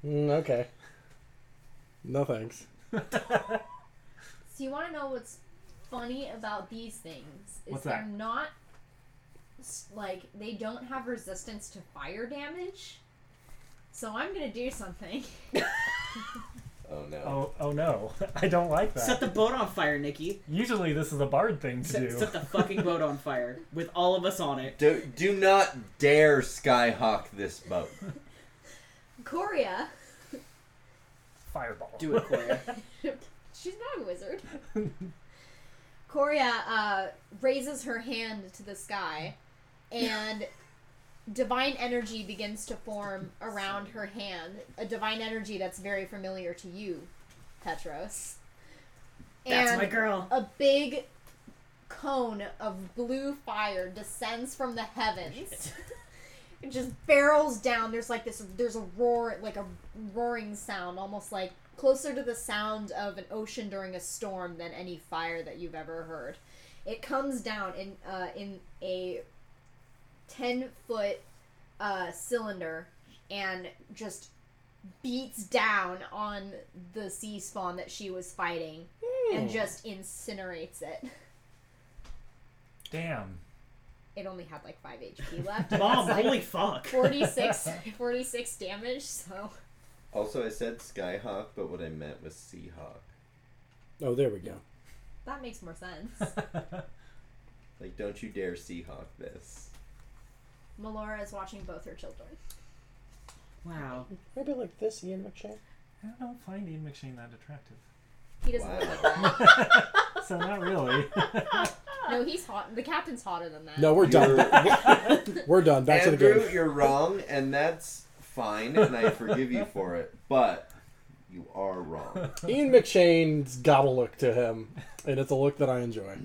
Speaker 1: Mm, okay. No thanks.
Speaker 2: So you want to know what's funny about these things? Is
Speaker 3: What's
Speaker 2: they're
Speaker 3: that?
Speaker 2: not s- like they don't have resistance to fire damage. So I'm gonna do something.
Speaker 5: Oh no.
Speaker 3: oh, oh no! I don't like that.
Speaker 4: Set the boat on fire, Nikki.
Speaker 3: Usually, this is a bard thing to
Speaker 4: Set,
Speaker 3: do.
Speaker 4: set the fucking boat on fire with all of us on it.
Speaker 5: Do, do not dare skyhawk this boat.
Speaker 2: Coria,
Speaker 3: Fireball.
Speaker 4: Do it, Coria.
Speaker 2: she's not a wizard. Coria uh, raises her hand to the sky, and divine energy begins to form around her hand. A divine energy that's very familiar to you, Petros.
Speaker 4: That's
Speaker 2: and
Speaker 4: my girl.
Speaker 2: a big cone of blue fire descends from the heavens. It just barrels down. There's like this. There's a roar, like a roaring sound, almost like closer to the sound of an ocean during a storm than any fire that you've ever heard. It comes down in uh, in a ten foot uh, cylinder and just beats down on the sea spawn that she was fighting
Speaker 1: Hmm.
Speaker 2: and just incinerates it.
Speaker 3: Damn.
Speaker 2: It only had like five HP left. and
Speaker 4: Mom,
Speaker 2: that's, like,
Speaker 4: holy fuck.
Speaker 2: 46, 46 damage, so.
Speaker 5: Also, I said skyhawk, but what I meant was seahawk.
Speaker 1: Oh, there we go.
Speaker 2: That makes more sense.
Speaker 5: Like, don't you dare Seahawk this.
Speaker 2: Melora is watching both her children.
Speaker 4: Wow.
Speaker 1: Maybe like this, Ian McShane.
Speaker 3: I don't find Ian McShane that attractive.
Speaker 2: He doesn't
Speaker 5: Wow.
Speaker 2: look like that.
Speaker 3: So not really.
Speaker 2: No, he's hot. The captain's hotter than that.
Speaker 1: No, we're done.
Speaker 5: You're-
Speaker 1: we're done. Back to the
Speaker 5: Andrew,
Speaker 1: game.
Speaker 5: you're wrong, and that's fine, and I forgive you for it, but you are wrong.
Speaker 1: Ian McShane's got a look to him, and it's a look that I enjoy.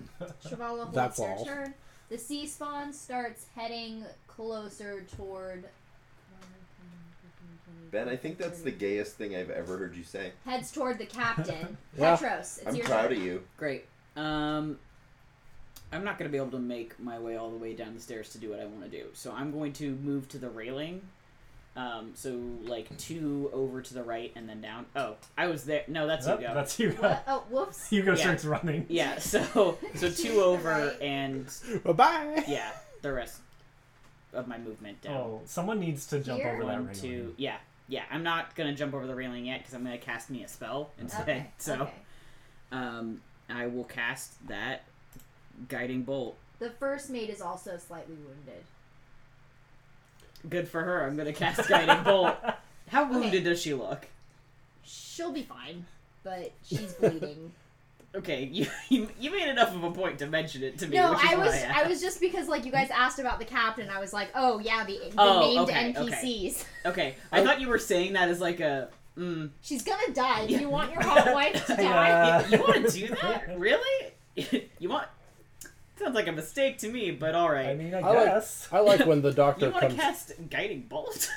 Speaker 2: Shivala holds
Speaker 1: That's
Speaker 2: her
Speaker 1: all.
Speaker 2: turn. The sea spawn starts heading closer toward.
Speaker 5: Ben, I think that's the gayest thing I've ever heard you say.
Speaker 2: Heads toward the captain.
Speaker 1: Yeah.
Speaker 2: Petros, it's
Speaker 5: I'm
Speaker 2: your
Speaker 5: proud
Speaker 2: turn.
Speaker 5: of you.
Speaker 4: Great. Um, I'm not going to be able to make my way all the way down the stairs to do what I want to do. So I'm going to move to the railing. Um, so like two over to the right and then down. Oh, I was there. No, that's
Speaker 3: Yep,
Speaker 4: you go.
Speaker 3: that's you.
Speaker 2: What? Oh, whoops.
Speaker 3: You go
Speaker 4: Yeah.
Speaker 3: starts running.
Speaker 4: Yeah. So so two over
Speaker 2: Right.
Speaker 4: and
Speaker 1: Bye bye.
Speaker 4: yeah, the rest of my movement down.
Speaker 3: Oh, someone needs to jump
Speaker 2: Here?
Speaker 3: over that
Speaker 4: One,
Speaker 3: railing.
Speaker 4: two. Yeah, yeah. I'm not gonna jump over the railing yet because I'm gonna cast me a spell instead.
Speaker 2: Okay.
Speaker 4: So
Speaker 2: okay.
Speaker 4: um, I will cast that guiding bolt.
Speaker 2: The first mate is also slightly wounded.
Speaker 4: Good for her. I'm gonna cast guiding bolt. How wounded does she look?
Speaker 2: She'll be fine, but she's bleeding.
Speaker 4: Okay, you, you you made enough of a point to mention it to me.
Speaker 2: no,
Speaker 4: which is
Speaker 2: I
Speaker 4: why
Speaker 2: was
Speaker 4: I,
Speaker 2: I was just because like you guys asked about the captain, I was like, oh yeah, the, the
Speaker 4: Oh,
Speaker 2: named
Speaker 4: okay,
Speaker 2: NPCs.
Speaker 4: Okay, I
Speaker 1: Oh.
Speaker 4: thought you were saying that as like a. Mm,
Speaker 2: She's gonna die. Do you want your hot wife to die?
Speaker 3: Uh.
Speaker 4: you want to do that? Really? you want? Sounds like a mistake to me, but all right.
Speaker 3: I mean, I,
Speaker 1: I like-
Speaker 3: guess.
Speaker 1: I like when the
Speaker 4: you
Speaker 1: doctor
Speaker 4: want to
Speaker 1: comes.
Speaker 4: cast guiding bolt?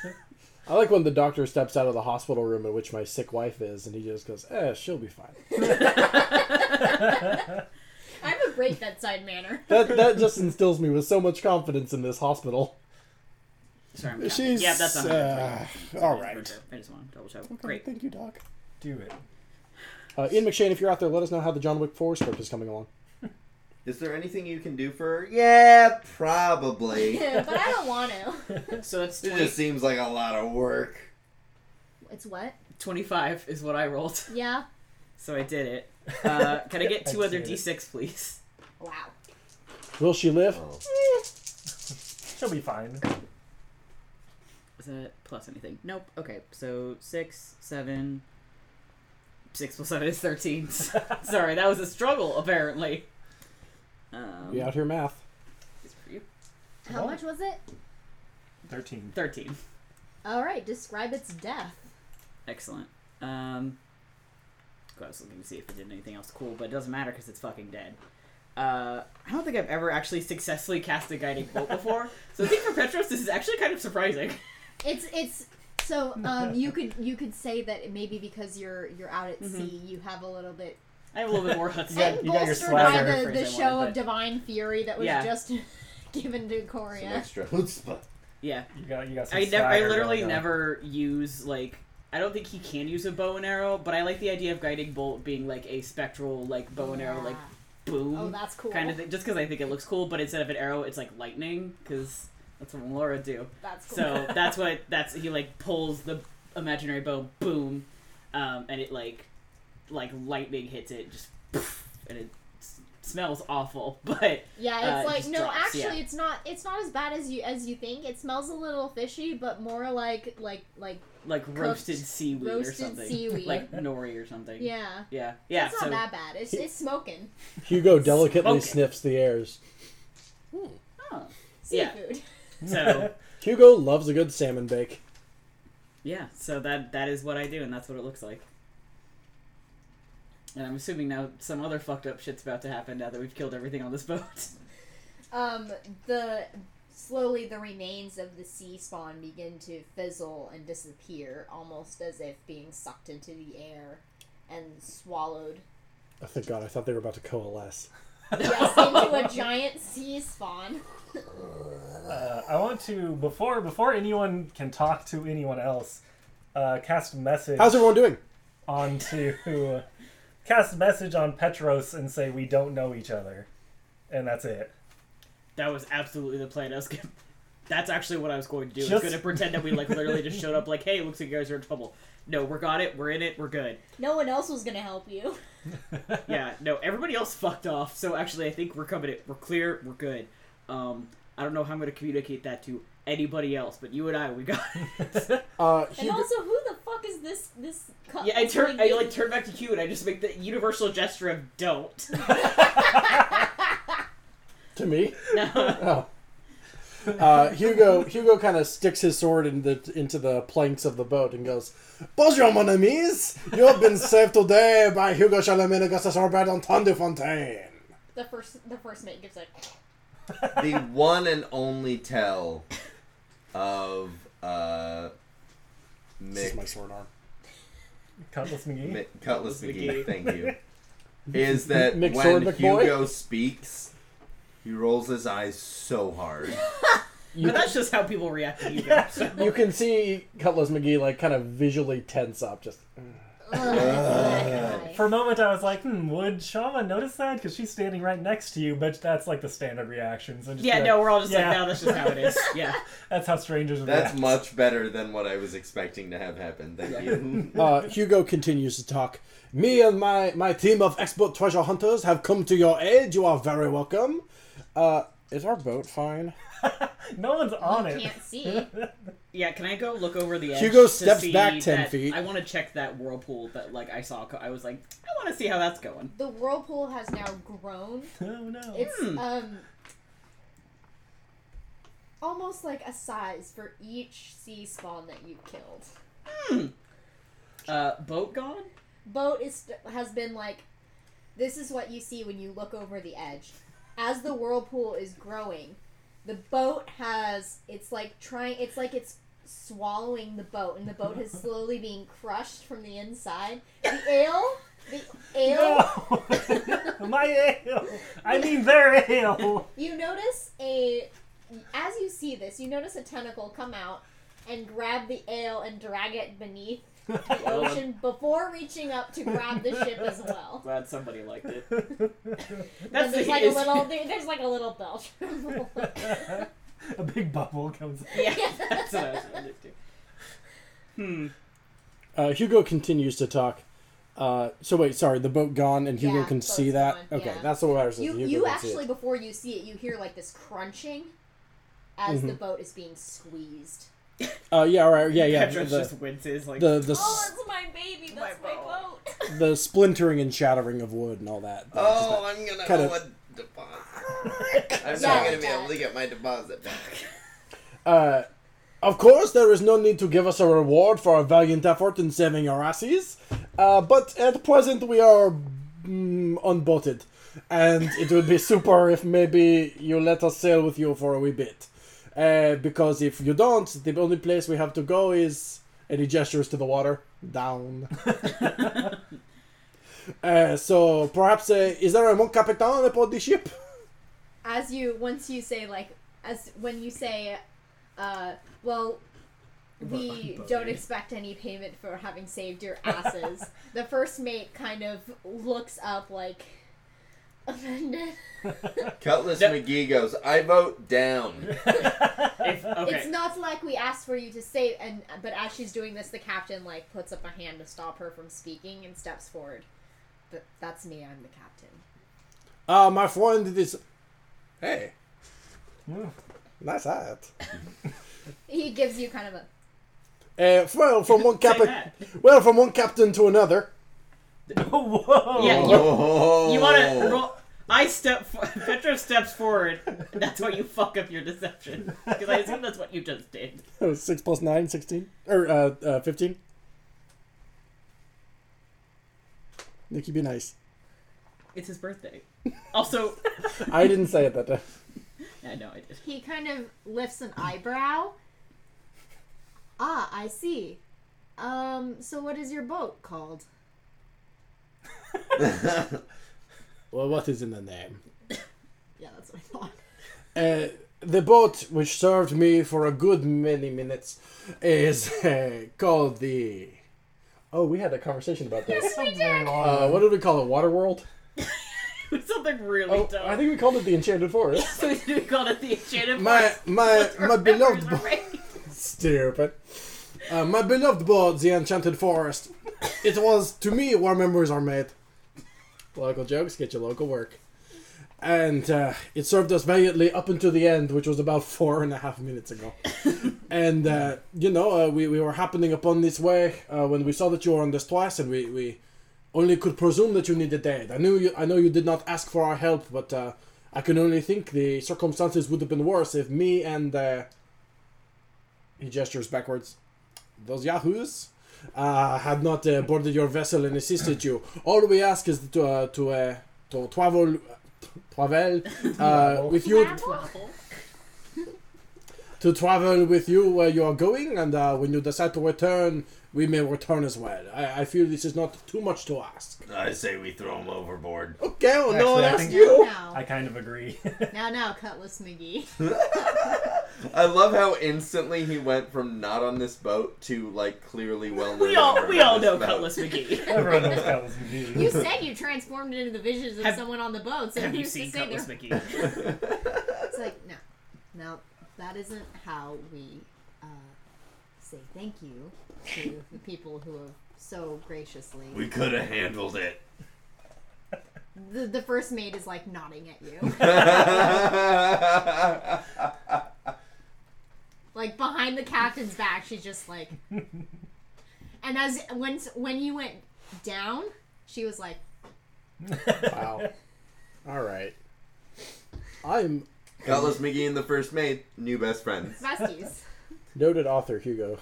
Speaker 1: I like when the doctor steps out of the hospital room in which my sick wife is, and he just goes, "Eh, she'll be fine."
Speaker 2: I have a great bedside manner.
Speaker 1: That that just instills me with so much confidence in this hospital.
Speaker 4: Sorry, I'm counting.
Speaker 1: She's
Speaker 4: yeah, that's
Speaker 1: uh,
Speaker 4: 120.
Speaker 1: all right.
Speaker 4: I just want to double check. Great.
Speaker 1: Thank you, Doc.
Speaker 3: Do it.
Speaker 1: Uh, Ian McShane, if you're out there, let us know how the John Wick 4 script is coming along.
Speaker 5: Is there anything you can do for her? Yeah, probably. it
Speaker 2: but I don't want to.
Speaker 4: So that's 20,
Speaker 5: just seems like a lot of work.
Speaker 2: It's what?
Speaker 4: 25 is what I rolled.
Speaker 2: Yeah.
Speaker 4: So I did it. Uh, can I get
Speaker 3: I
Speaker 4: two other
Speaker 3: did it.
Speaker 4: d6, please?
Speaker 2: Wow.
Speaker 1: Will she live?
Speaker 5: Oh.
Speaker 3: She'll be fine.
Speaker 4: Is that plus anything? Nope. Okay. So six, seven, six plus seven is 13. Sorry, that was a struggle, apparently. Um,
Speaker 1: You out here math.
Speaker 4: it's for you.
Speaker 2: How much was it?
Speaker 3: Thirteen.
Speaker 4: 13.
Speaker 2: All right. Describe its death.
Speaker 4: Excellent. Um, God, I was looking to see if it did anything else cool, but it doesn't matter because it's fucking dead. Uh, I don't think I've ever actually successfully cast a guiding bolt before, so I think for Petros this is actually kind of surprising.
Speaker 2: It's it's. So um, you could you could say that it maybe because you're you're out at
Speaker 4: Mm-hmm.
Speaker 2: sea, you have a little bit
Speaker 4: I have a little bit more huts.
Speaker 3: Yeah,
Speaker 2: and
Speaker 3: you got your
Speaker 2: bolstered by
Speaker 3: swagger.
Speaker 2: the, the
Speaker 4: Phrase I
Speaker 2: show
Speaker 4: wanted,
Speaker 2: of
Speaker 4: but-
Speaker 2: divine fury that was
Speaker 4: Yeah.
Speaker 2: just given to Coria.
Speaker 5: Some extra chutzpah.
Speaker 4: Yeah,
Speaker 3: You got. You got. Some
Speaker 4: I never, I
Speaker 3: swagger
Speaker 4: literally
Speaker 3: going on.
Speaker 4: never use like. I don't think he can use a bow and arrow, but I like the idea of guiding bolt being like a spectral like bow and arrow like
Speaker 2: Yeah.
Speaker 4: boom
Speaker 2: oh, that's cool.
Speaker 4: kind of thing. Just because I think it looks cool, but instead of an arrow, it's like lightning because that's what Laura do.
Speaker 2: That's cool.
Speaker 4: So that's what that's he like pulls the imaginary bow, boom, um, and it like like lightning hits it, just poof, and it s- smells awful. But
Speaker 2: Yeah,
Speaker 4: uh,
Speaker 2: it's
Speaker 4: it
Speaker 2: like
Speaker 4: just
Speaker 2: no,
Speaker 4: drops,
Speaker 2: actually,
Speaker 4: yeah.
Speaker 2: it's not. It's not as bad as you as you think. It smells a little fishy, but more like like like
Speaker 4: like roasted seaweed or
Speaker 2: roasted
Speaker 4: something,
Speaker 2: seaweed.
Speaker 4: like nori or something.
Speaker 2: yeah.
Speaker 4: yeah, yeah.
Speaker 2: it's not
Speaker 4: so
Speaker 2: that bad. It's, it's smoking
Speaker 1: Hugo delicately
Speaker 4: Smoking.
Speaker 1: sniffs the airs.
Speaker 4: oh, Yeah.
Speaker 2: seafood.
Speaker 4: so
Speaker 1: Hugo loves a good salmon bake.
Speaker 4: yeah, so that that is what I do, and that's what it looks like. And I'm assuming now some other fucked up shit's about to happen now that we've killed everything on this boat.
Speaker 2: Um, the slowly the remains of the sea spawn begin to fizzle and disappear, almost as if being sucked into the air and swallowed
Speaker 1: Oh, thank God, I thought they were about to coalesce.
Speaker 2: yes, into a giant sea spawn.
Speaker 3: Uh, I want to before before anyone can talk to anyone else, uh, cast message
Speaker 1: How's everyone doing?
Speaker 3: onto cast message on Petros and say we don't know each other, and that's it.
Speaker 4: That was absolutely the plan I was gonna That's actually what I was going to do. I was
Speaker 3: Just-
Speaker 4: going to pretend that we like literally just showed up like, hey, looks like you guys are in trouble. No, we're got it. We're in it. We're good.
Speaker 2: No one else was gonna help you.
Speaker 4: Yeah. No, everybody else fucked off. So actually, I think we're coming. It. We're clear. We're good. Um, I don't know how I'm going to communicate that to anybody else, but you and I, we got. It.
Speaker 1: Uh,
Speaker 2: And
Speaker 1: he,
Speaker 2: also, who the fuck is this? This cu-
Speaker 4: yeah. I
Speaker 2: this
Speaker 4: turn. I
Speaker 2: lady?
Speaker 4: like turn back to Q and I just make the universal gesture of don't.
Speaker 1: to me.
Speaker 4: No.
Speaker 1: Oh. Uh, Hugo Hugo kind of sticks his sword in the, into the planks of the boat and goes, "Bonjour, mon amis. You have been saved today by Hugo Charlemagne Augustus Robert Anton de Fontaine."
Speaker 2: the first, the first mate gives like.
Speaker 5: the one and only tell of uh,
Speaker 1: This is my
Speaker 5: Mick,
Speaker 1: sword arm.
Speaker 3: Cutlass McGee.
Speaker 5: Mick Cutlass
Speaker 4: Mick
Speaker 5: McGee.
Speaker 4: McGee.
Speaker 5: Thank you. Is that
Speaker 1: Mick
Speaker 5: when
Speaker 1: Sword McBoy?
Speaker 5: Hugo speaks, he rolls his eyes so hard.
Speaker 1: You,
Speaker 4: But that's just how people react to you.
Speaker 3: Yeah.
Speaker 4: So.
Speaker 1: you can see Cutlass McGee like kind of visually tense up. Just uh,
Speaker 2: Ugh,
Speaker 3: For a moment, I was like, hmm, would Shama notice that? Because she's standing right next to you, but that's like the standard reaction. So just be
Speaker 4: Yeah,
Speaker 3: like,
Speaker 4: no, we're all just
Speaker 3: yeah.
Speaker 4: like, no, that's just how it is. Yeah.
Speaker 3: That's how strangers
Speaker 5: That's
Speaker 3: react.
Speaker 5: much better than what I was expecting to have happen. Thank you.
Speaker 1: uh, Hugo continues to talk. Me and my my team of expert treasure hunters have come to your aid. You are very welcome. Uh, is our boat fine?
Speaker 3: no one's on
Speaker 2: I
Speaker 3: it.
Speaker 2: can't see.
Speaker 4: Yeah, can I go look over the edge?
Speaker 1: Hugo
Speaker 4: to
Speaker 1: steps
Speaker 4: see
Speaker 1: back 10
Speaker 4: that-
Speaker 1: feet.
Speaker 4: I want to check that whirlpool that like I saw. co- I was like, I want to see how that's going.
Speaker 2: The whirlpool has now grown.
Speaker 3: Oh no.
Speaker 2: It's
Speaker 4: Hmm.
Speaker 2: um almost like a size for each sea spawn that you killed.
Speaker 4: Uh, boat gone?
Speaker 2: Boat is has been like this is what you see when you look over the edge. As the whirlpool is growing, the boat has it's like trying it's like it's swallowing the boat and the boat is slowly being crushed from the inside. The ale the ale
Speaker 3: no! My ale! I mean, their ale!
Speaker 2: You notice a as you see this, you notice a tentacle come out and grab the ale and drag it beneath the
Speaker 4: Well, I'm
Speaker 2: ocean before reaching up to grab the ship as well.
Speaker 4: glad somebody liked it.
Speaker 2: And
Speaker 4: That's
Speaker 2: there's
Speaker 4: the
Speaker 2: like a
Speaker 4: is-
Speaker 2: little there- there's like a little belch.
Speaker 3: a big bubble comes out.
Speaker 4: Yeah, that's what I was trying to do. Hmm.
Speaker 1: Uh, Hugo continues to talk. Uh, so wait, sorry, the boat gone, and Hugo
Speaker 2: Yeah,
Speaker 1: can
Speaker 2: boat's
Speaker 1: see that.
Speaker 2: gone,
Speaker 1: Okay,
Speaker 2: yeah.
Speaker 1: that's the way I was.
Speaker 2: you
Speaker 1: Hugo
Speaker 2: you
Speaker 1: can see it.
Speaker 2: actually before you see it, you hear like this crunching as the boat is being squeezed.
Speaker 1: Uh, yeah, all right, yeah, yeah. The,
Speaker 4: Petrus
Speaker 1: the
Speaker 4: just winces like.
Speaker 1: the the, s-
Speaker 2: Oh, it's my baby. That's
Speaker 4: My
Speaker 2: my,
Speaker 4: boat.
Speaker 2: boat.
Speaker 1: the splintering and shattering of wood and all that.
Speaker 5: oh, I'm gonna
Speaker 1: Kind
Speaker 5: owe
Speaker 1: of-
Speaker 5: a deposit. I'm
Speaker 2: Yeah,
Speaker 5: not gonna be
Speaker 2: yeah.
Speaker 5: able to get my deposit back.
Speaker 1: Uh, of course, there is no need to give us a reward for our valiant effort in saving your asses. Uh, but at present, we are mm, unboated, and it would be super if maybe you let us sail with you for a wee bit. Uh, because if you don't, the only place we have to go is. And he gestures to the water. Down. uh, so perhaps, uh, is there a mon capitaine aboard the ship?
Speaker 2: as you once you say like as when you say uh well we don't expect any payment for having saved your asses the first mate kind of looks up like offended
Speaker 5: Cutlass
Speaker 4: No.
Speaker 5: McGee goes, I vote down.
Speaker 4: if, okay.
Speaker 2: it's not like we asked for you to save and but as she's doing this the captain like puts up a hand to stop her from speaking and steps forward but that's me i'm the captain
Speaker 1: Ah, my friend, it is. Hey,
Speaker 3: Mm.
Speaker 1: nice hat.
Speaker 2: he gives you kind of a
Speaker 1: Uh, well, from one
Speaker 4: Say
Speaker 1: captain,
Speaker 4: that.
Speaker 1: well, from one captain to another.
Speaker 3: Whoa!
Speaker 4: Yeah, you-
Speaker 5: Oh.
Speaker 4: You want to roll? I step. For- Petra steps forward. That's why you fuck up your deception. Because I assume that's what you just did.
Speaker 1: Oh, six plus nine, 16. Or uh, uh, 15. Nikki, be nice.
Speaker 4: It's his birthday. Also,
Speaker 1: I didn't say it that time.
Speaker 4: I know I did.
Speaker 2: He kind of lifts an eyebrow. Ah, I see. Um, so what is your boat called?
Speaker 1: Well, what is in the name?
Speaker 2: Yeah, that's what I thought.
Speaker 1: Uh, the boat which served me for a good many minutes is uh, called the. Oh, we had a conversation about this.
Speaker 3: So very long.
Speaker 1: Uh, what did we call it? Waterworld?
Speaker 4: something really
Speaker 1: Oh,
Speaker 4: dumb.
Speaker 1: I think we called it the Enchanted Forest.
Speaker 4: so we called it the enchanted
Speaker 1: My
Speaker 4: forest.
Speaker 1: my
Speaker 4: With
Speaker 1: my
Speaker 4: our
Speaker 1: beloved
Speaker 4: members
Speaker 1: bo-
Speaker 4: arranged.
Speaker 1: stupid. Uh, my beloved board, the Enchanted Forest. It was to me where memories are made. Local jokes get you local work, and uh, it served us valiantly up until the end, which was about four and a half minutes ago. and uh, you know, uh, we we were happening upon this way uh, when we saw that you were on this twice, and we we only could presume that you needed aid. I knew you. I know you did not ask for our help, but uh, I can only think the circumstances would have been worse if me and. Uh, he gestures backwards. Those yahoos uh, had not uh, boarded your vessel and assisted you. All we ask is to uh, to uh, to travel, travel uh, with you
Speaker 2: Travel?
Speaker 1: to travel with you where you are going, and uh, when you decide to return, we may return as well. I, I feel this is not too much to ask.
Speaker 5: I say we throw him overboard.
Speaker 1: Okay, well, no one
Speaker 3: Actually, I
Speaker 1: asked
Speaker 3: think-
Speaker 1: you.
Speaker 2: No,
Speaker 3: I kind of agree.
Speaker 2: no, no, Cutlass McGee.
Speaker 5: I love how instantly he went from not on this boat to like clearly well known.
Speaker 4: We all
Speaker 5: member
Speaker 4: we
Speaker 5: of
Speaker 4: all
Speaker 5: this
Speaker 4: know
Speaker 5: boat.
Speaker 4: Cutlass McGee.
Speaker 3: Everyone knows that was
Speaker 2: You
Speaker 3: me.
Speaker 2: said you transformed into the visions of
Speaker 4: Have-
Speaker 2: someone on the boat, so
Speaker 4: Have you
Speaker 2: who's to
Speaker 4: seen
Speaker 2: say
Speaker 4: Cutlass
Speaker 2: they're...
Speaker 4: McGee?
Speaker 2: It's like, no, no, that isn't how we uh, say thank you to the people who have so graciously...
Speaker 5: We could have handled it.
Speaker 2: The, the first mate is, like, nodding at you. like behind the captain's back she's just like and as when when you went down she was like
Speaker 1: Wow. All right. I'm
Speaker 5: Cutlass McGee and the first mate, new best friends.
Speaker 2: besties
Speaker 1: noted author Hugo.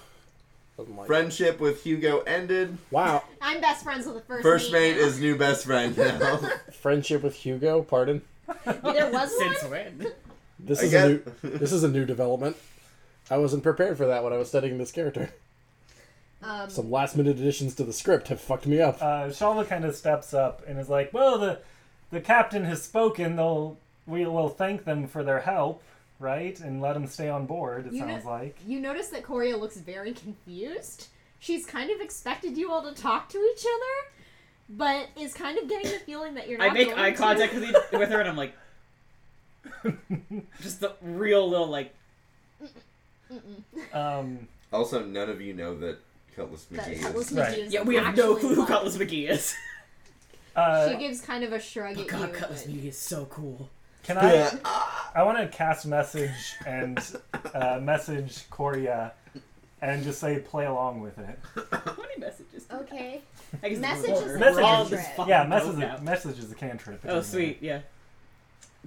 Speaker 1: of my-
Speaker 5: Friendship with Hugo ended.
Speaker 1: Wow.
Speaker 2: i'm best friends with the first
Speaker 5: First
Speaker 2: mate,
Speaker 5: mate
Speaker 2: now."
Speaker 5: is new best friend now.
Speaker 1: Friendship with Hugo. Pardon.
Speaker 2: there was
Speaker 4: Since
Speaker 2: one
Speaker 4: when?
Speaker 1: This
Speaker 5: I
Speaker 1: is
Speaker 5: guess-
Speaker 1: a new. This is a new development. I wasn't prepared for that when I was studying this character.
Speaker 2: um,
Speaker 1: Some last minute additions to the script have fucked me up.
Speaker 3: Uh, Shalva kind of steps up and is like, "Well, the the captain has spoken. They'll we will thank them for their help, right? And let them stay on board. It
Speaker 2: You know-
Speaker 3: sounds like."
Speaker 2: you notice that coria looks very confused she's kind of expected you all to talk to each other but is kind of getting the feeling that you're not
Speaker 4: I make
Speaker 2: going
Speaker 4: eye
Speaker 2: to.
Speaker 4: contact with, each- with her and I'm like, just the real little like.
Speaker 3: Um,
Speaker 5: also, none of you know that Cutlass
Speaker 2: But
Speaker 5: McGee
Speaker 2: Cutlass
Speaker 5: is.
Speaker 2: McGee
Speaker 3: Right.
Speaker 2: is
Speaker 4: Yeah, we have no
Speaker 2: actually
Speaker 4: clue who
Speaker 2: like-
Speaker 4: Cutlass McGee is.
Speaker 3: uh,
Speaker 2: she gives kind of a shrug at
Speaker 4: God,
Speaker 2: you
Speaker 4: Cutlass
Speaker 2: but-
Speaker 4: McGee is so cool.
Speaker 3: Can I? I want to cast message and uh, message Coria, and just say play along with it.
Speaker 4: How many messages? do we have?
Speaker 2: okay
Speaker 4: I guess
Speaker 2: Message
Speaker 4: it's
Speaker 2: is
Speaker 4: a
Speaker 2: a
Speaker 4: message.
Speaker 3: cantrip.
Speaker 4: this
Speaker 2: Oh,
Speaker 4: fucking
Speaker 3: Yeah,
Speaker 4: boat
Speaker 3: message
Speaker 4: now.
Speaker 3: is, message is a cantrip. It
Speaker 4: Oh
Speaker 3: doesn't
Speaker 4: sweet, yeah.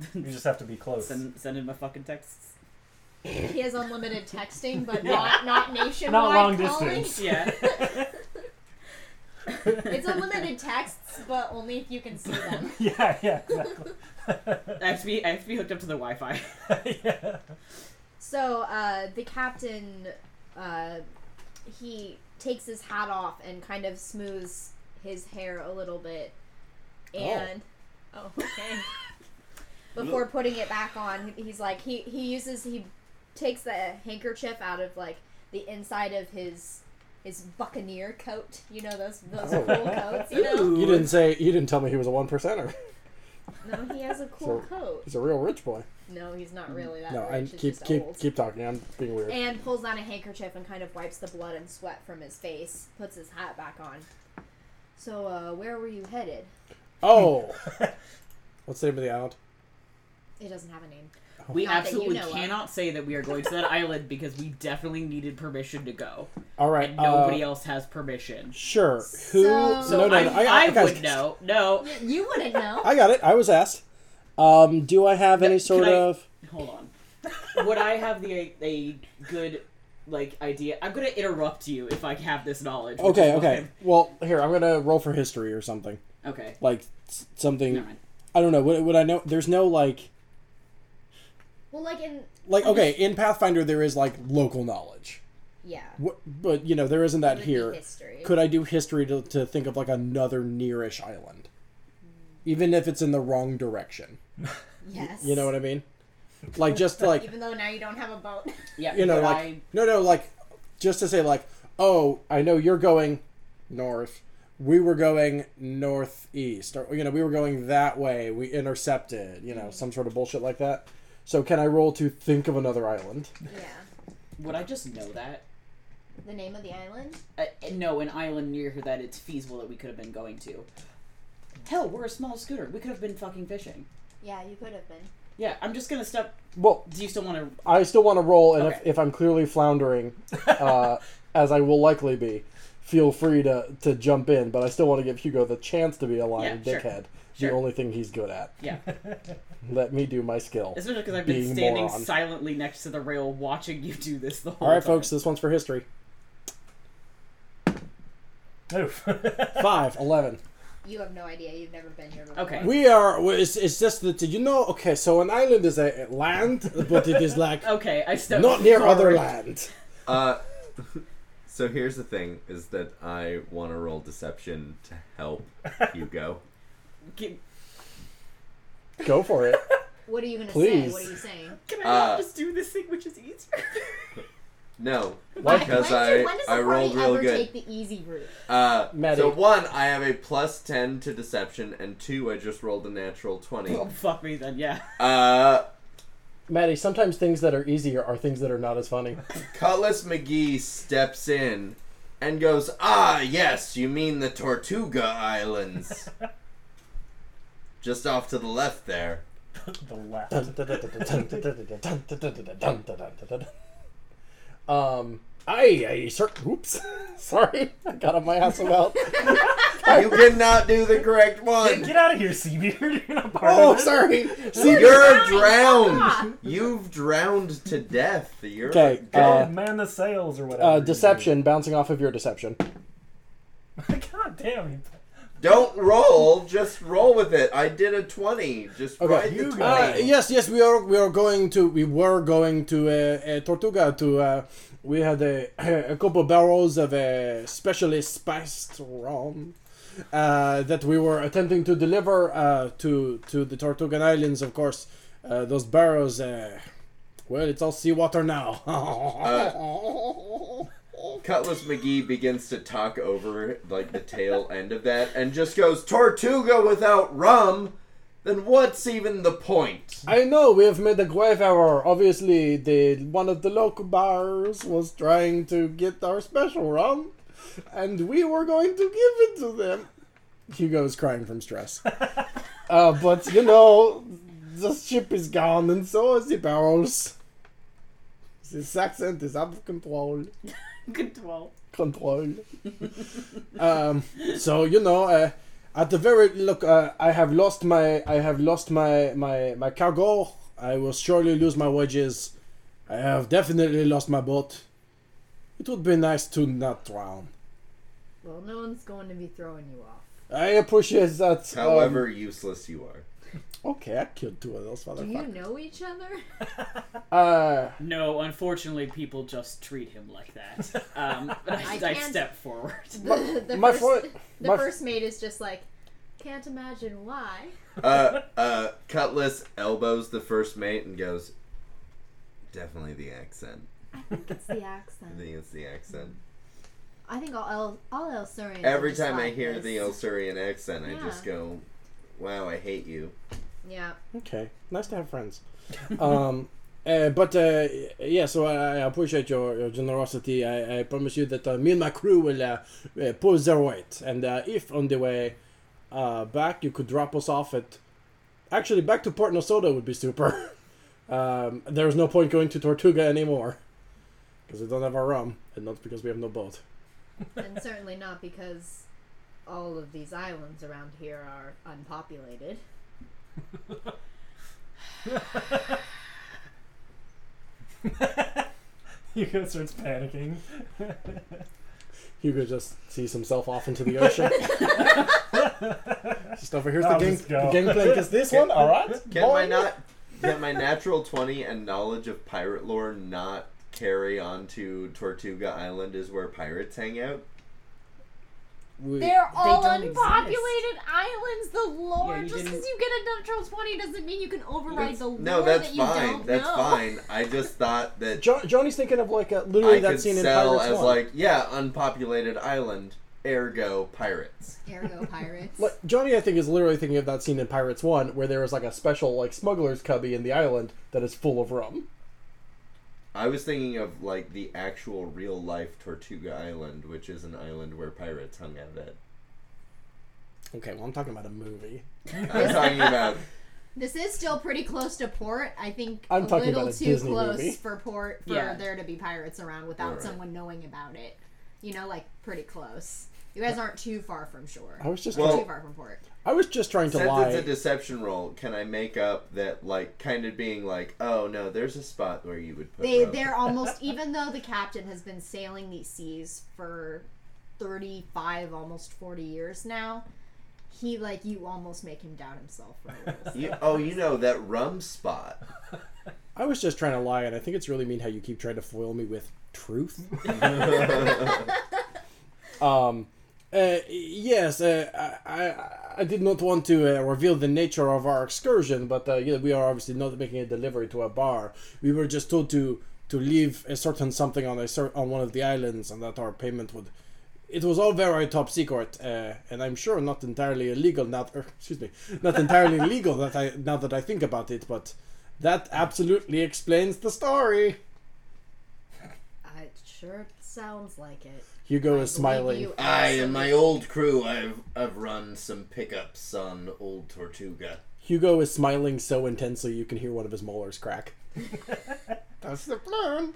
Speaker 3: matter. You just have to be close.
Speaker 4: Send send in my fucking texts.
Speaker 2: He has unlimited texting, but not not nationwide
Speaker 3: Not long
Speaker 2: calling.
Speaker 3: distance.
Speaker 4: Yeah.
Speaker 2: It's unlimited texts, but only if you can see them.
Speaker 3: yeah, yeah, exactly.
Speaker 4: I have to be I have to be hooked up to the Wi-Fi.
Speaker 3: yeah.
Speaker 2: So uh, the captain, uh, he takes his hat off and kind of smooths his hair a little bit, and oh, okay. Before putting it back on, he's like he he uses he takes the handkerchief out of like the inside of his his buccaneer coat. You know those those
Speaker 1: Oh.
Speaker 2: cool coats. You know.
Speaker 1: You didn't say. You didn't tell me he was a one percenter.
Speaker 2: No, he has a cool
Speaker 1: So-
Speaker 2: coat.
Speaker 1: He's a real rich boy.
Speaker 2: No, he's not really that
Speaker 1: No,
Speaker 2: rich.
Speaker 1: I
Speaker 2: it's
Speaker 1: keep
Speaker 2: just
Speaker 1: keep
Speaker 2: old.
Speaker 1: keep talking. I'm being weird.
Speaker 2: And pulls out a handkerchief and kind of wipes the blood and sweat from his face. Puts his hat back on. So, uh, where were you headed?
Speaker 1: Oh, what's the name of the island?
Speaker 2: It doesn't have a name.
Speaker 4: We
Speaker 2: Not that you
Speaker 4: absolutely
Speaker 2: know of.
Speaker 4: cannot say that we are going to that island because we definitely needed permission to go,
Speaker 1: All right.
Speaker 4: and nobody
Speaker 1: uh,
Speaker 4: else has permission.
Speaker 1: Sure. Who?
Speaker 2: So-
Speaker 4: So
Speaker 1: no, no,
Speaker 4: I,
Speaker 1: no.
Speaker 4: I
Speaker 1: got-
Speaker 4: would know. No,
Speaker 2: You wouldn't know.
Speaker 1: I got it. I was asked. Um, do I have any
Speaker 4: Can
Speaker 1: sort
Speaker 4: I-
Speaker 1: of?
Speaker 4: Hold on. Would I have the a good like idea? I'm gonna interrupt you if I have this knowledge. which
Speaker 1: Okay,
Speaker 4: is
Speaker 1: okay. Well, here I'm gonna roll for history or something.
Speaker 4: why- Okay.
Speaker 1: Like s- something.
Speaker 4: Never mind.
Speaker 1: I don't know. Would, would I know? There's no like
Speaker 2: Well, like in
Speaker 1: like okay in Pathfinder there is like local knowledge,
Speaker 2: yeah.
Speaker 1: what, but you know there isn't
Speaker 2: It
Speaker 1: that
Speaker 2: would be
Speaker 1: here.
Speaker 2: History.
Speaker 1: Could I do history to, to think of like another nearish island, even if it's in the wrong direction?
Speaker 2: yes.
Speaker 1: You know what I mean? Like just like
Speaker 2: Even though now you don't have a boat.
Speaker 4: Yeah.
Speaker 1: you know
Speaker 4: would
Speaker 1: like
Speaker 4: I,
Speaker 1: no no like just to say like oh I know you're going north, we were going northeast, or you know, we were going that way. We intercepted, you know, some sort of bullshit like that. So can I roll to think of another island?
Speaker 2: Yeah.
Speaker 4: Would I just know that?
Speaker 2: The name of the island?
Speaker 4: Uh, no, an island near here that it's feasible that we could have been going to. Hell, we're a small scooter. We could have been fucking fishing.
Speaker 2: Yeah, you could have been.
Speaker 4: Yeah, I'm just gonna step.
Speaker 1: Well,
Speaker 4: Do you still want to?
Speaker 1: I still want to roll, and
Speaker 4: Okay.
Speaker 1: if, if I'm clearly floundering, uh, as I will likely be, feel free to, to jump in. But I still want to give Hugo the chance to be a lying
Speaker 4: Yeah, sure.
Speaker 1: dickhead.
Speaker 4: Sure.
Speaker 1: The only thing he's good at.
Speaker 4: Yeah,
Speaker 1: Let me do my skill.
Speaker 4: especially because I've been
Speaker 1: Being
Speaker 4: standing
Speaker 1: moron.
Speaker 4: silently next to the rail watching you do this the whole.
Speaker 1: All right,
Speaker 4: time.
Speaker 1: folks, this one's for history.
Speaker 3: Oof.
Speaker 1: Five, eleven.
Speaker 2: You have no idea. You've never been here before.
Speaker 4: Okay.
Speaker 1: We are. we- It's, it's just that you know. Okay, so an island is a land, but it is like
Speaker 4: Okay, I stepped
Speaker 1: not near other
Speaker 4: forward.
Speaker 1: land.
Speaker 5: Uh, so here's the thing: is that I want to roll deception to help Hugo.
Speaker 4: Can,
Speaker 1: Go for it.
Speaker 2: What are you gonna say?
Speaker 1: Please.
Speaker 2: What are you saying?
Speaker 4: can I not
Speaker 5: Uh,
Speaker 4: just do this thing, which is easier?
Speaker 5: No,
Speaker 1: Why-
Speaker 5: because
Speaker 2: when, do-
Speaker 5: I
Speaker 2: when does
Speaker 5: I
Speaker 2: the
Speaker 5: rolled
Speaker 2: party
Speaker 5: real
Speaker 2: ever
Speaker 5: good.
Speaker 2: take the easy route?
Speaker 5: Uh,
Speaker 1: Maddie.
Speaker 5: so one, I have a plus ten to deception, and two, I just rolled a natural twenty.
Speaker 4: oh, fuck me then. Yeah.
Speaker 5: Uh,
Speaker 1: Maddie, sometimes things that are easier are things that are not as funny.
Speaker 5: Cutlass McGee steps in and goes, "Ah, yes, you mean the Tortuga Islands, just off to the left there."
Speaker 3: the left.
Speaker 1: um, I, I, sir, oops, sorry, I got on my ass about.
Speaker 5: You cannot do the correct one.
Speaker 3: Get out of here, Seabeard. You're not part
Speaker 1: Oh,
Speaker 3: of it.
Speaker 1: sorry. See,
Speaker 5: You're
Speaker 2: drowning.
Speaker 5: drowned. You've drowned to death. You're
Speaker 1: okay,
Speaker 3: Oh,
Speaker 1: uh,
Speaker 3: man the sails or whatever.
Speaker 1: uh,
Speaker 3: you do.
Speaker 1: deception, bouncing off of your deception.
Speaker 3: God damn you.
Speaker 5: Don't roll. Just roll with it. I did a twenty. Just
Speaker 1: Okay.
Speaker 5: ride the
Speaker 3: You
Speaker 5: twenty.
Speaker 1: Uh,
Speaker 3: Right.
Speaker 1: yes, yes, we are. We are going to. We were going to uh, uh, Tortuga to. Uh, we had a, a couple barrels of a specially spiced rum uh, that we were attempting to deliver uh, to to the Tortugan Islands. Of course, uh, those barrels. Uh, well, it's all seawater now.
Speaker 5: Cutlass McGee begins to talk over like the tail end of that, and just goes Tortuga without rum. Then what's even the point?
Speaker 1: I know we have made a grave error. Obviously, the one of the local bars was trying to get our special rum, and we were going to give it to them. Hugo is crying from stress. uh, but you know, the ship is gone, and so is the barrels. This accent is out of control.
Speaker 4: Good twelve.
Speaker 1: Control. um, so you know, uh, at the very look, uh, I have lost my, I have lost my, my, my cargo. I will surely lose my wages. I have definitely lost my boat. It would be nice to not drown.
Speaker 2: Well, no one's going to be throwing you off.
Speaker 1: I appreciate that. um,
Speaker 5: However useless you are.
Speaker 1: okay, I killed two of those
Speaker 2: Do you
Speaker 1: motherfuckers.
Speaker 2: know each other?
Speaker 1: Uh,
Speaker 4: No, unfortunately, people just treat him like that. Um, but I,
Speaker 2: I
Speaker 4: I,
Speaker 2: can't-
Speaker 4: step forward.
Speaker 2: The, the
Speaker 1: my
Speaker 2: first,
Speaker 1: foot-
Speaker 2: the
Speaker 1: my f-
Speaker 2: first mate is just like, can't imagine why.
Speaker 5: Uh, uh, Cutlass elbows the first mate and goes, "Definitely the accent.
Speaker 2: I think it's the
Speaker 5: I
Speaker 2: accent.
Speaker 5: think it's the accent."
Speaker 2: I think all El, all El Surians. are
Speaker 5: Every
Speaker 2: just
Speaker 5: time I
Speaker 2: like
Speaker 5: hear
Speaker 2: this.
Speaker 5: the Elsurian accent, I just
Speaker 2: Yeah.
Speaker 5: go, "Wow, I hate you."
Speaker 2: Yeah.
Speaker 1: okay, nice to have friends. Um, uh, but uh, yeah, so I, I appreciate your, your generosity. I, I promise you that uh, me and my crew will uh, uh, pull their weight. And uh, if on the way uh, back you could drop us off at, actually back to Port Nosota would be super. um, there's no point going to Tortuga anymore because we don't have our rum, and not because we have no boat.
Speaker 2: and certainly not because all of these islands around here are unpopulated.
Speaker 3: Hugo starts panicking.
Speaker 1: Hugo just sees himself off into the ocean. just over here's the,
Speaker 3: I'll
Speaker 1: gang-
Speaker 3: just go.
Speaker 1: the gangplank is this
Speaker 5: Can-
Speaker 1: one, all right?
Speaker 5: Can
Speaker 1: boy?
Speaker 5: my not? Can my natural twenty and knowledge of pirate lore not carry on to Tortuga Island, is where pirates hang out?
Speaker 1: We-
Speaker 2: They're all
Speaker 4: don't exist.
Speaker 2: unpopulated islands. The lore,
Speaker 4: Yeah, you
Speaker 2: just because
Speaker 4: didn't-
Speaker 2: you get a natural twenty doesn't mean you can override the lore
Speaker 5: no, that's
Speaker 2: that you
Speaker 5: fine.
Speaker 2: don't
Speaker 5: That's
Speaker 2: know.
Speaker 5: fine. I just thought that
Speaker 1: Jo- Johnny's thinking of like a, literally
Speaker 5: I
Speaker 1: that
Speaker 5: could
Speaker 1: scene in
Speaker 5: sell
Speaker 1: Pirates
Speaker 5: as
Speaker 1: One.
Speaker 5: like, yeah, unpopulated island. Ergo pirates.
Speaker 2: Ergo pirates.
Speaker 1: Like Johnny, I think is literally thinking of that scene in Pirates One where there was like a special like smuggler's cubby in the island that is full of rum.
Speaker 5: I was thinking of like the actual real life Tortuga Island, which is an island where pirates hung out at.
Speaker 1: Okay, well I'm talking about a movie.
Speaker 5: I'm talking about
Speaker 2: This is still pretty close to port. I think
Speaker 1: I'm
Speaker 2: a
Speaker 1: talking
Speaker 2: little
Speaker 1: about a
Speaker 2: too
Speaker 1: Disney
Speaker 2: close
Speaker 1: movie.
Speaker 2: for port for
Speaker 4: Yeah.
Speaker 2: there to be pirates around without
Speaker 5: Alright.
Speaker 2: someone knowing about it. You know, like pretty close. You guys aren't too far from shore.
Speaker 1: I was just
Speaker 5: Well-
Speaker 2: too far from port.
Speaker 1: I was just trying to
Speaker 5: since
Speaker 1: lie.
Speaker 5: it's a deception roll. Can I make up that like kind of being like, oh no, there's a spot where you would put.
Speaker 2: They
Speaker 5: rum."
Speaker 2: they're almost even though the captain has been sailing these seas for 35 almost 40 years now, he like you almost make him doubt himself for a little
Speaker 5: You- oh, you know that rum spot.
Speaker 1: I was just trying to lie, and I think it's really mean how you keep trying to foil me with truth. um, uh, yes, uh, I, I, I did not want to uh, reveal the nature of our excursion, but uh, yeah, we are obviously not making a delivery to a bar. We were just told to to leave a certain something on a cer- on one of the islands, and that our payment would. It was all very top secret, uh, and I'm sure not entirely illegal. Not er, excuse me, not entirely legal. That I now that I think about it, but that absolutely explains the story.
Speaker 2: I it sure sounds like it.
Speaker 1: Hugo
Speaker 2: I
Speaker 1: is smiling.
Speaker 2: believe you
Speaker 5: I and my
Speaker 2: absolutely.
Speaker 5: old crew, I've I've run some pickups on old Tortuga.
Speaker 1: Hugo is smiling so intensely you can hear one of his molars crack. That's the plan.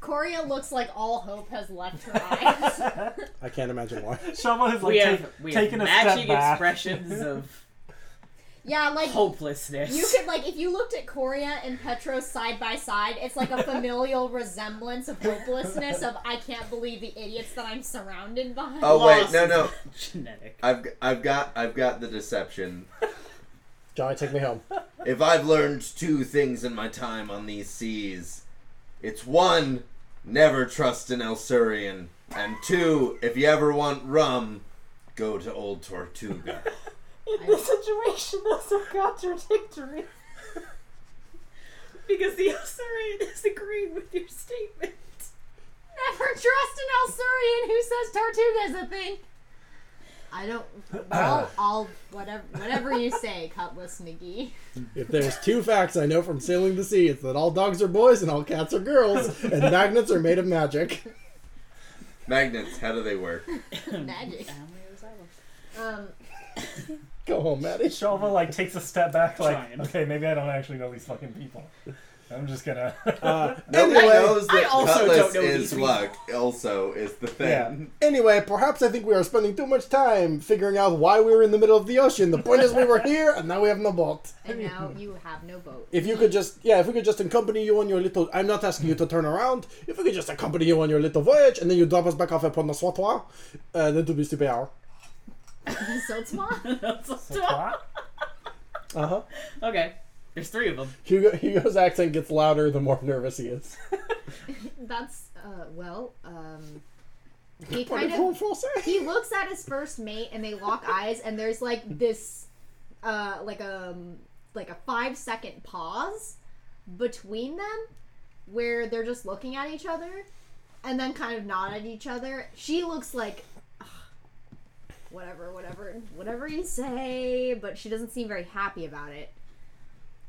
Speaker 2: Coria looks like all hope has left her eyes.
Speaker 1: I can't imagine why.
Speaker 3: Shovel has like
Speaker 4: we
Speaker 3: ta-
Speaker 4: have, we have
Speaker 3: taken a step
Speaker 4: Oh, matching
Speaker 3: back.
Speaker 4: expressions of
Speaker 2: yeah, like
Speaker 4: hopelessness.
Speaker 2: you could like if you looked at Coria and Petros side by side, it's like a familial resemblance of hopelessness of I can't believe the idiots that I'm surrounded by.
Speaker 5: Oh wait,
Speaker 4: Lost.
Speaker 5: no no,
Speaker 4: Genetic.
Speaker 5: I've g- I've got I've got the deception.
Speaker 1: Johnny, take me home.
Speaker 5: If I've learned two things in my time on these seas, it's one, never trust an Elsurian, and two, if you ever want rum, go to Old Tortuga.
Speaker 4: In this situation, those are contradictory. because the Osirian is agreeing with your statement.
Speaker 2: Never trust an Elsurian who says Tortuga is a thing. I don't. Well, I'll whatever whatever you say, Cutlass McGee.
Speaker 1: If there's two facts I know from sailing the sea, it's that all dogs are boys and all cats are girls, and magnets are made of magic.
Speaker 5: Magnets, how do they work?
Speaker 2: Magic. Um,
Speaker 1: Go home, Maddie.
Speaker 3: Shovel like takes a step back, like
Speaker 4: Trying.
Speaker 3: okay, maybe I don't actually know these fucking people. I'm just gonna.
Speaker 1: Uh,
Speaker 5: Nobody
Speaker 1: anyway,
Speaker 5: knows
Speaker 4: I
Speaker 5: that
Speaker 4: also
Speaker 5: Cutlass
Speaker 4: don't know
Speaker 5: is
Speaker 4: these people.
Speaker 5: luck. Also is the thing.
Speaker 1: yeah. Anyway, perhaps I think we are spending too much time figuring out why we were in the middle of the ocean. The point is, we were here, and now we have no boat.
Speaker 2: and now you have no boat.
Speaker 1: If you could just, yeah, if we could just accompany you on your little, I'm not asking you to turn around. If we could just accompany you on your little voyage, and then you drop us back off upon the Swatwa, uh, that would be super hour.
Speaker 2: so it's mine.
Speaker 3: What?
Speaker 1: Uh huh.
Speaker 4: okay, there's three of them.
Speaker 1: Hugo, Hugo's accent gets louder the more nervous he is.
Speaker 2: That's uh well, um he
Speaker 1: What
Speaker 2: kind
Speaker 1: did
Speaker 2: of
Speaker 1: Wolfwall say?
Speaker 2: he looks at his first mate and they lock eyes and there's like this uh like um like a 5 second pause between them where they're just looking at each other and then kind of nod at each other. She looks like "Ugh, whatever, whatever, whatever you say, but she doesn't seem very happy about it.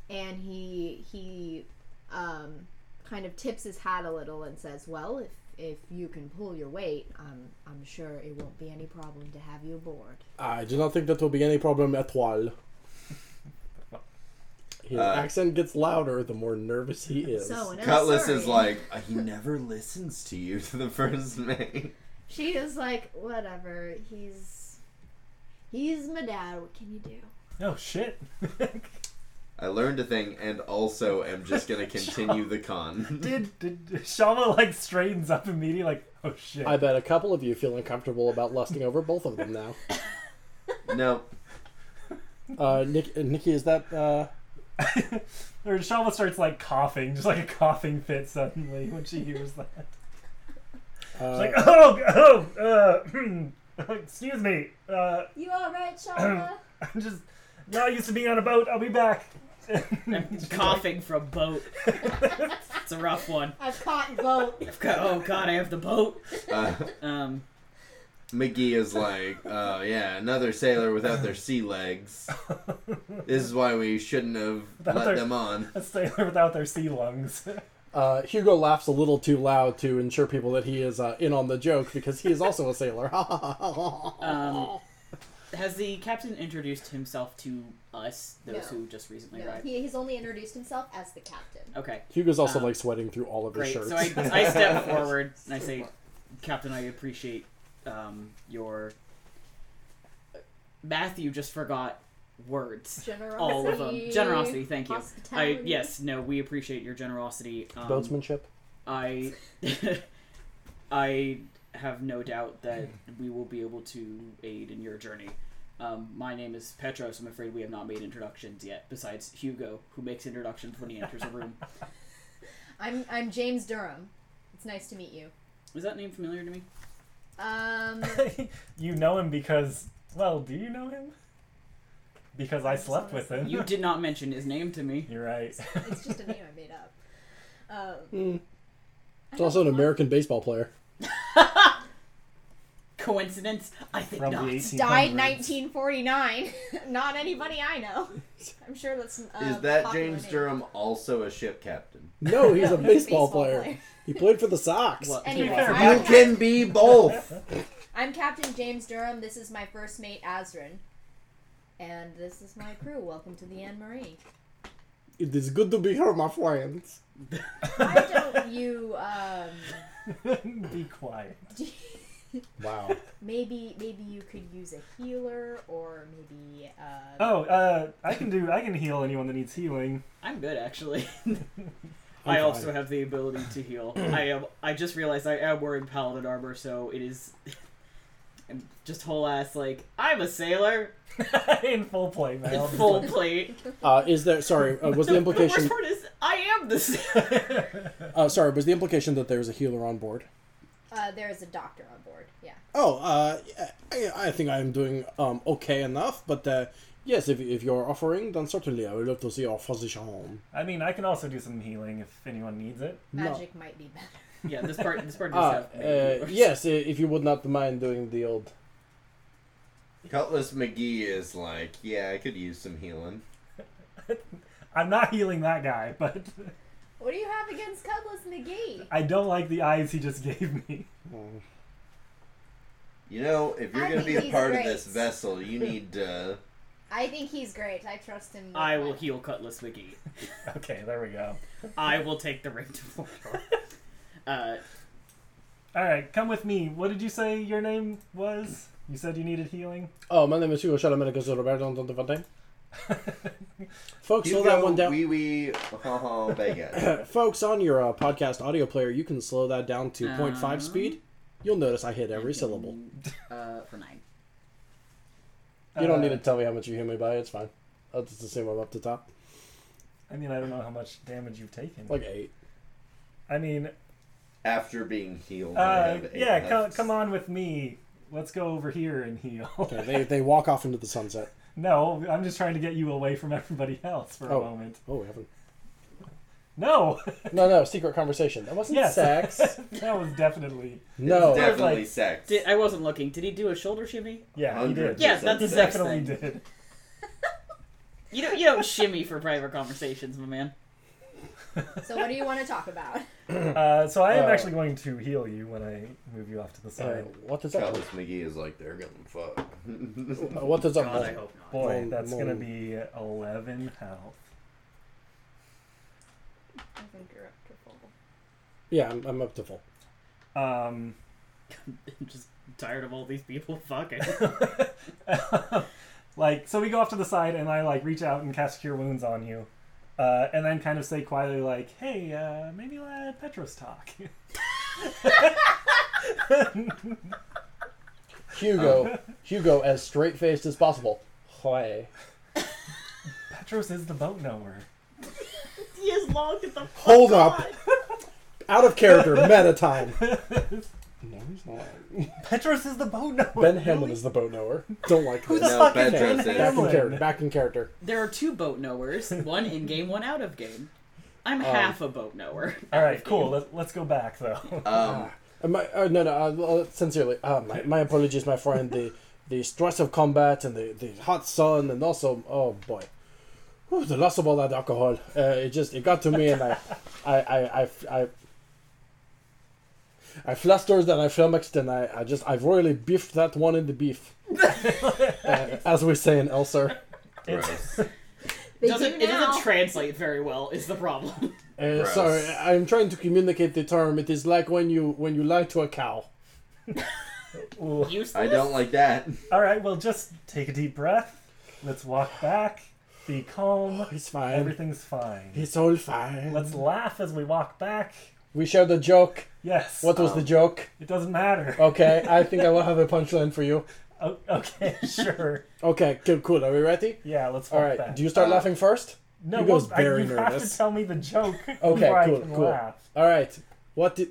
Speaker 2: And he he um, kind of tips his hat a little and says, "Well, if if you can pull your weight, I'm I'm sure it won't be any problem to have you aboard."
Speaker 1: I do not think that will be any problem at all. His
Speaker 5: Uh,
Speaker 1: accent gets louder the more nervous he is.
Speaker 2: So an
Speaker 5: Cutlass is
Speaker 2: Elsurian-
Speaker 5: like uh, he never listens to you to the first mate.
Speaker 2: she is like, "Whatever, he's he's my dad. What can you do?"
Speaker 3: No shit.
Speaker 5: I learned a thing, and also am just gonna continue the con.
Speaker 3: did did Shovel like straightens up immediately? Like oh shit.
Speaker 1: I bet a couple of you feel uncomfortable about lusting over both of them now.
Speaker 5: No,
Speaker 1: Uh, Nick, uh, Nikki, is that uh,
Speaker 3: or Shovel starts like coughing, just like a coughing fit suddenly when she hears that.
Speaker 1: uh,
Speaker 3: She's like oh oh uh, excuse me. Uh,
Speaker 2: You all right, Shauna?
Speaker 3: I'm just not used to being on a boat. I'll be back.
Speaker 4: I'm coughing from boat. it's a rough one.
Speaker 2: I've caught boat.
Speaker 4: I've got, oh god, I have the boat.
Speaker 5: uh,
Speaker 4: Um,
Speaker 5: McGee is like, oh yeah, another sailor without their sea legs. This is why we shouldn't have let
Speaker 3: their-
Speaker 5: them on.
Speaker 3: A sailor without their sea lungs.
Speaker 1: Uh, Hugo laughs a little too loud to ensure people that he is uh, in on the joke because he is also a sailor.
Speaker 4: Um, has the captain introduced himself to us, those
Speaker 2: No.
Speaker 4: who just recently
Speaker 2: No,
Speaker 4: arrived?
Speaker 2: he, he's only introduced himself as the captain.
Speaker 4: Okay,
Speaker 1: Hugo's also
Speaker 4: um,
Speaker 1: like sweating through all of his
Speaker 4: great.
Speaker 1: shirts.
Speaker 4: So I, I step forward and I say, Captain, I appreciate um, your. Matthew just forgot words.
Speaker 2: Generosity.
Speaker 4: All of them. Generosity, thank you. I,
Speaker 2: Hospitality.
Speaker 4: yes, no, we appreciate your generosity. Um,
Speaker 1: Boatsmanship.
Speaker 4: I I have no doubt that we will be able to aid in your journey. Um, my name is Petros. I'm afraid we have not made introductions yet, besides Hugo, who makes introductions when he enters a room.
Speaker 2: I'm I'm James Durham. It's nice to meet you.
Speaker 4: Is that name familiar to me?
Speaker 2: Um,
Speaker 3: you know him because, well, do you know him? Because I slept with him.
Speaker 4: You did not mention his name to me.
Speaker 3: You're right.
Speaker 2: it's just a name I made up. Um,
Speaker 1: Mm. It's also an American baseball player.
Speaker 4: Coincidence? I think
Speaker 3: From the
Speaker 4: not.
Speaker 3: 1800s.
Speaker 2: died 1949. Not anybody I know. I'm sure that's. Uh,
Speaker 5: Is that
Speaker 2: popular
Speaker 5: James
Speaker 2: name.
Speaker 5: Durham also a ship captain?
Speaker 1: No, he's a
Speaker 2: He's
Speaker 1: baseball, player. He played for the Sox.
Speaker 4: Well,
Speaker 2: Anyway,
Speaker 3: fair,
Speaker 2: I'm,
Speaker 5: You
Speaker 2: Cap-
Speaker 5: can be both.
Speaker 2: I'm Captain James Durham. This is my first mate, Azrin. And this is my crew. Welcome to the Anne Marie.
Speaker 1: It is good to be here, my friends.
Speaker 2: Why don't you um,
Speaker 3: Be quiet.
Speaker 1: Wow.
Speaker 2: maybe maybe you could use a healer or maybe uh,
Speaker 3: Oh, uh, I can do. I can heal anyone that needs healing.
Speaker 4: I'm good, actually. I also
Speaker 1: fine.
Speaker 4: have the ability to heal. I am. I just realized I am wearing paladin armor, so it is. I'm just whole ass like I'm a sailor
Speaker 3: In full play, man.
Speaker 4: in full plate.
Speaker 1: Uh, is there? Sorry, uh, was the
Speaker 4: The worst
Speaker 1: implication?
Speaker 4: part is I am the sailor.
Speaker 1: Uh, sorry, was the implication that there's a healer on board?
Speaker 2: uh, there is a doctor on board. Yeah.
Speaker 1: Oh, uh, I, I think I am doing um, okay enough, but uh, yes, if, if you're offering, then certainly I would love to see our physician.
Speaker 3: I mean, I can also do some healing if anyone needs it.
Speaker 2: Magic might be better.
Speaker 4: yeah, this part. This part
Speaker 1: No.
Speaker 4: does
Speaker 1: Uh,
Speaker 4: have.
Speaker 1: uh, yes, i- if you would not mind doing the old.
Speaker 5: Cutlass McGee is like, yeah, I could use some healing.
Speaker 3: I'm not healing that guy, but
Speaker 2: What do you have against Cutlass McGee?
Speaker 3: I don't like the eyes he just gave me.
Speaker 5: You know, if you're
Speaker 2: I
Speaker 5: gonna be
Speaker 2: think
Speaker 5: a
Speaker 2: he's
Speaker 5: part
Speaker 2: great.
Speaker 5: of this vessel, you need to.
Speaker 2: I think he's great. I trust him. with
Speaker 4: I
Speaker 2: my-
Speaker 4: will heal Cutlass McGee.
Speaker 3: Okay, there we go.
Speaker 4: I will take the ring to Mordor. Uh,
Speaker 3: All right, come with me. What did you say your name was? You said you needed healing.
Speaker 1: Oh, my name is Hugo Chalamenicus Roberto Anton de Fontaine. Folks, slow that one down.
Speaker 5: Wee wee, ha ha, baguette.
Speaker 1: Folks, on your uh, podcast audio player, you can slow that down to 0.5 speed. You'll notice I hit every syllable.
Speaker 4: Uh, for nine.
Speaker 1: You don't
Speaker 3: Uh,
Speaker 1: need to tell me how much you hear me by, it's fine. I'll just assume I'm up to top.
Speaker 3: I mean, I don't know how much damage you've taken.
Speaker 1: Like eight.
Speaker 3: I mean,
Speaker 5: After being healed, I
Speaker 3: uh,
Speaker 5: have eight
Speaker 3: yeah, come,
Speaker 5: left.
Speaker 3: come on with me. Let's go over here and heal.
Speaker 1: Okay, they, they walk off into the sunset.
Speaker 3: no, I'm just trying to get you away from everybody else for
Speaker 1: Oh.
Speaker 3: a moment.
Speaker 1: Oh, we haven't.
Speaker 3: No,
Speaker 1: No, no, secret conversation. That wasn't
Speaker 3: Yes.
Speaker 1: sex.
Speaker 3: that was definitely
Speaker 1: No.
Speaker 5: Definitely
Speaker 3: like-
Speaker 5: sex.
Speaker 4: Did, I wasn't looking. Did he do a shoulder shimmy?
Speaker 3: yeah. He did.
Speaker 5: 100%.
Speaker 4: Yeah, that's the
Speaker 5: He
Speaker 4: sex
Speaker 3: definitely
Speaker 4: thing.
Speaker 3: did.
Speaker 4: You don't. You don't shimmy for private conversations, my man.
Speaker 2: So what do you want to talk about?
Speaker 3: Uh, so I am
Speaker 1: Uh,
Speaker 3: actually going to heal you when I move you off to the
Speaker 1: Uh,
Speaker 3: side.
Speaker 1: what does that?
Speaker 5: Cutlass McGee is like, they're gonna fuck.
Speaker 1: Uh, what does that?
Speaker 4: God, I hope not.
Speaker 3: Boy,
Speaker 1: Mol-
Speaker 3: that's
Speaker 1: mol-
Speaker 3: gonna be eleven health.
Speaker 2: I think you're up to full.
Speaker 1: Yeah, I'm, I'm up to full.
Speaker 3: Um,
Speaker 4: I'm just tired of all these people fucking.
Speaker 3: like so we go off to the side and i like reach out and cast cure wounds on you uh, and then kind of say quietly like hey uh, maybe let petros talk
Speaker 1: Hugo, Hugo, as straight faced as possible. Hoy.
Speaker 3: petros is the boat knower
Speaker 4: he is long as the.
Speaker 1: Hold up. Out of character, meta time. No, he's not.
Speaker 3: petros is the boat knower
Speaker 1: Ben Hamlin is the boat knower. Don't like
Speaker 3: who
Speaker 1: Who's
Speaker 3: the
Speaker 1: this.
Speaker 5: No,
Speaker 3: fuck is
Speaker 5: Petros
Speaker 3: ben
Speaker 5: is.
Speaker 1: Back in character.
Speaker 3: hamlin
Speaker 1: Back in character.
Speaker 4: There are two boat knowers. One in game, one out of game. I'm half a boat knower.
Speaker 3: all right cool Let, let's go back though
Speaker 5: Um,
Speaker 1: Uh, my, uh, no, no. Uh, uh, sincerely, uh, my, my apologies, my friend. The the stress of combat and the, the hot sun and also oh boy, Whew, the loss of all that alcohol. Uh, it just it got to me and I I I I. I I flustered and I flummoxed and I, I just I've royally beefed that one in the beef, uh, as we say in Elser.
Speaker 5: Gross.
Speaker 2: They
Speaker 4: doesn't,
Speaker 2: do
Speaker 4: it
Speaker 2: now.
Speaker 4: doesn't translate very well. Is the problem?
Speaker 1: Uh,
Speaker 5: Gross.
Speaker 1: sorry, I'm trying to communicate the term. It is like when you when you lie to a cow.
Speaker 3: Ooh.
Speaker 4: Useless.
Speaker 5: I don't like that.
Speaker 3: All right, well, just take a deep breath. Let's walk back. Be calm.
Speaker 1: It's fine.
Speaker 3: Everything's fine.
Speaker 1: It's all fine.
Speaker 3: Let's laugh as we walk back.
Speaker 1: We shared a joke.
Speaker 3: Yes.
Speaker 1: What was the joke?
Speaker 3: It doesn't matter.
Speaker 1: Okay, I think I will have a punchline for you.
Speaker 3: O- okay, sure.
Speaker 1: Okay, cool, cool. Are we ready?
Speaker 3: Yeah, let's
Speaker 1: All
Speaker 3: walk
Speaker 1: right.
Speaker 3: back.
Speaker 1: Do you start
Speaker 5: Uh,
Speaker 1: laughing first?
Speaker 3: no,
Speaker 1: he
Speaker 3: well,
Speaker 1: goes
Speaker 3: I, you
Speaker 1: very
Speaker 3: have
Speaker 1: nervous.
Speaker 3: to tell me the joke
Speaker 1: Okay,
Speaker 3: before I
Speaker 1: cool,
Speaker 3: can
Speaker 1: cool.
Speaker 3: laugh.
Speaker 1: All right. What did?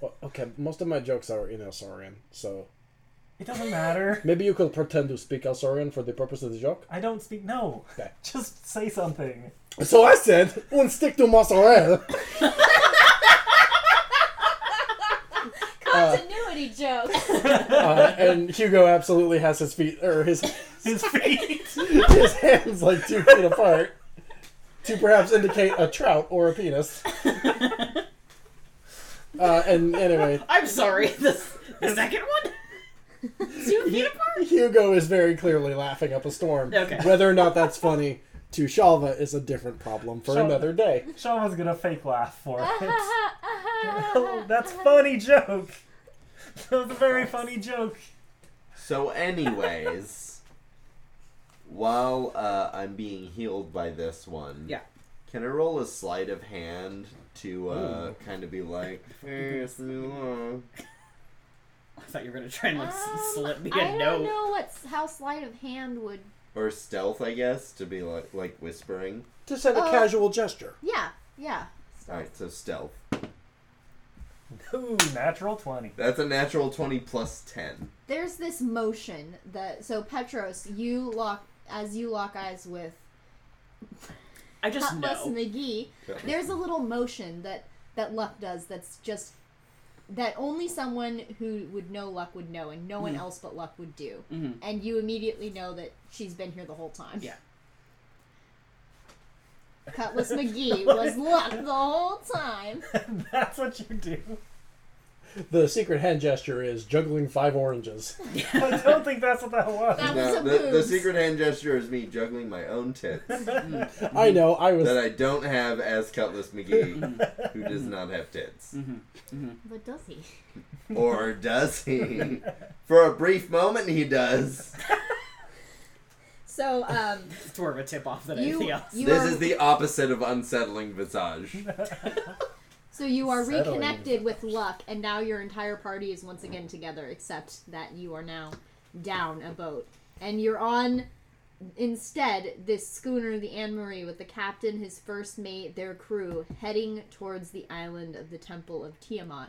Speaker 1: Well, okay, most of my jokes are in Elsorian, so
Speaker 3: It doesn't matter.
Speaker 1: maybe you could pretend to speak Elsorian for the purpose of the joke.
Speaker 3: I don't speak. No.
Speaker 1: Okay.
Speaker 3: Just say something.
Speaker 1: So I said, "Un stick to mozzarella."
Speaker 2: Continuity joke.
Speaker 1: Uh, and Hugo absolutely has his feet or his
Speaker 3: His feet.
Speaker 1: his hands like two feet apart to perhaps indicate a trout or a penis. Uh, and anyway,
Speaker 4: I'm sorry. This the second one. Two feet apart.
Speaker 1: Hugo is very clearly laughing up a storm.
Speaker 4: Okay.
Speaker 1: Whether or not that's funny to Shalva is a different problem for
Speaker 3: Shalva.
Speaker 1: another day.
Speaker 3: Sean was gonna fake laugh for it. oh, that's funny joke. That was a very funny joke.
Speaker 5: So, anyways, while uh, I'm being healed by this one,
Speaker 4: Yeah.
Speaker 5: can I roll a sleight of hand to uh, kind of be like, "Hey, it's me, uh,
Speaker 4: I thought you were gonna try and like s
Speaker 2: Um,
Speaker 4: slip me
Speaker 2: I don't
Speaker 4: a note.
Speaker 2: know what's how sleight of hand would.
Speaker 5: or stealth, I guess, to be like like whispering.
Speaker 1: Just had a
Speaker 2: Uh,
Speaker 1: casual gesture.
Speaker 2: Yeah, yeah.
Speaker 5: All right, so stealth.
Speaker 3: Ooh, natural twenty.
Speaker 5: That's a natural twenty plus ten.
Speaker 2: There's this motion that so Petros, you lock as you lock eyes with
Speaker 4: I just
Speaker 2: Cutlass
Speaker 4: know.
Speaker 2: McGee. There's a little motion that that Luck does that's just that only someone who would know Luck would know, and no
Speaker 5: Mm-hmm.
Speaker 2: one else but Luck would do.
Speaker 4: Mhm.
Speaker 2: And you immediately know that she's been here the whole time.
Speaker 4: Yeah.
Speaker 2: Cutlass McGee was Luck the whole time.
Speaker 3: that's what you do.
Speaker 1: The secret hand gesture is juggling five oranges.
Speaker 3: I don't think that's what that was.
Speaker 2: That was
Speaker 5: Now,
Speaker 2: a
Speaker 5: the, the
Speaker 2: boobs.
Speaker 5: secret hand gesture is me juggling my own tits
Speaker 1: I know, I was.
Speaker 5: that I don't have as Cutlass McGee, who does not have tits.
Speaker 2: Mm-hmm. But does he?
Speaker 5: Or does he? For a brief moment, he does.
Speaker 2: So um,
Speaker 4: It's more of a tip off than anything
Speaker 2: you
Speaker 4: else.
Speaker 2: you
Speaker 5: this
Speaker 2: are,
Speaker 5: is the opposite of unsettling visage.
Speaker 2: so you are
Speaker 1: Settling.
Speaker 2: reconnected with Luck, and now your entire party is once again together, except that you are now down a boat, and you're on instead this schooner, the Anne Marie, with the captain, his first mate, their crew, heading towards the island of the Temple of Tiamat.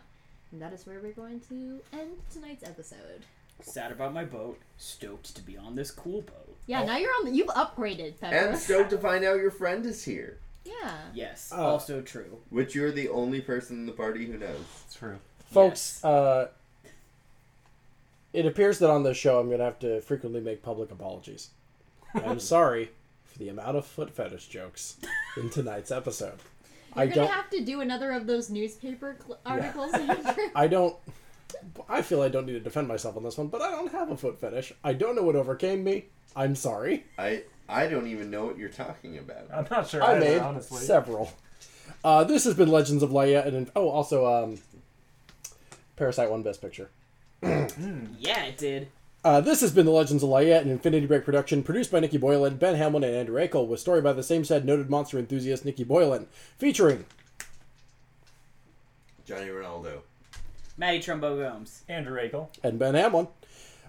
Speaker 2: And that is where we're going to end tonight's episode.
Speaker 4: Sad about my boat. Stoked to be on this cool boat.
Speaker 2: Yeah,
Speaker 1: Oh.
Speaker 2: now you're on. The, you've upgraded,
Speaker 5: And
Speaker 2: Pepper.
Speaker 5: stoked to find out your friend is here,
Speaker 2: Yeah.
Speaker 4: Yes.
Speaker 1: Oh.
Speaker 4: Also true.
Speaker 5: which you're the only person in the party who knows.
Speaker 3: True.
Speaker 1: Folks, uh, it appears that on this show I'm going to have to frequently make public apologies. I'm sorry for the amount of foot fetish jokes in tonight's episode. I
Speaker 2: You're gonna
Speaker 1: don't.
Speaker 2: have to do another of those newspaper cl- articles. Andrew.
Speaker 1: I don't. I feel I don't need to defend myself on this one, but I don't have a foot fetish. I don't know what overcame me. I'm sorry.
Speaker 5: I I don't even know what you're talking about.
Speaker 3: I'm not sure.
Speaker 1: I
Speaker 3: either,
Speaker 1: made
Speaker 3: honestly.
Speaker 1: several. Uh, this has been Legends of Leia, and oh, also um, Parasite won Best Picture.
Speaker 4: Yeah, it did.
Speaker 1: Uh, this has been the Legends of Laya, an Infinity Break production produced by Nikki Boylan, Ben Hamlin, and Andrew Akel, with story by the same said noted monster enthusiast Nikki Boylan, featuring
Speaker 5: Johnny Ronaldo.
Speaker 4: Maddie Trumbo Gomes.
Speaker 3: Andrew Agle.
Speaker 1: and Ben Hamlin.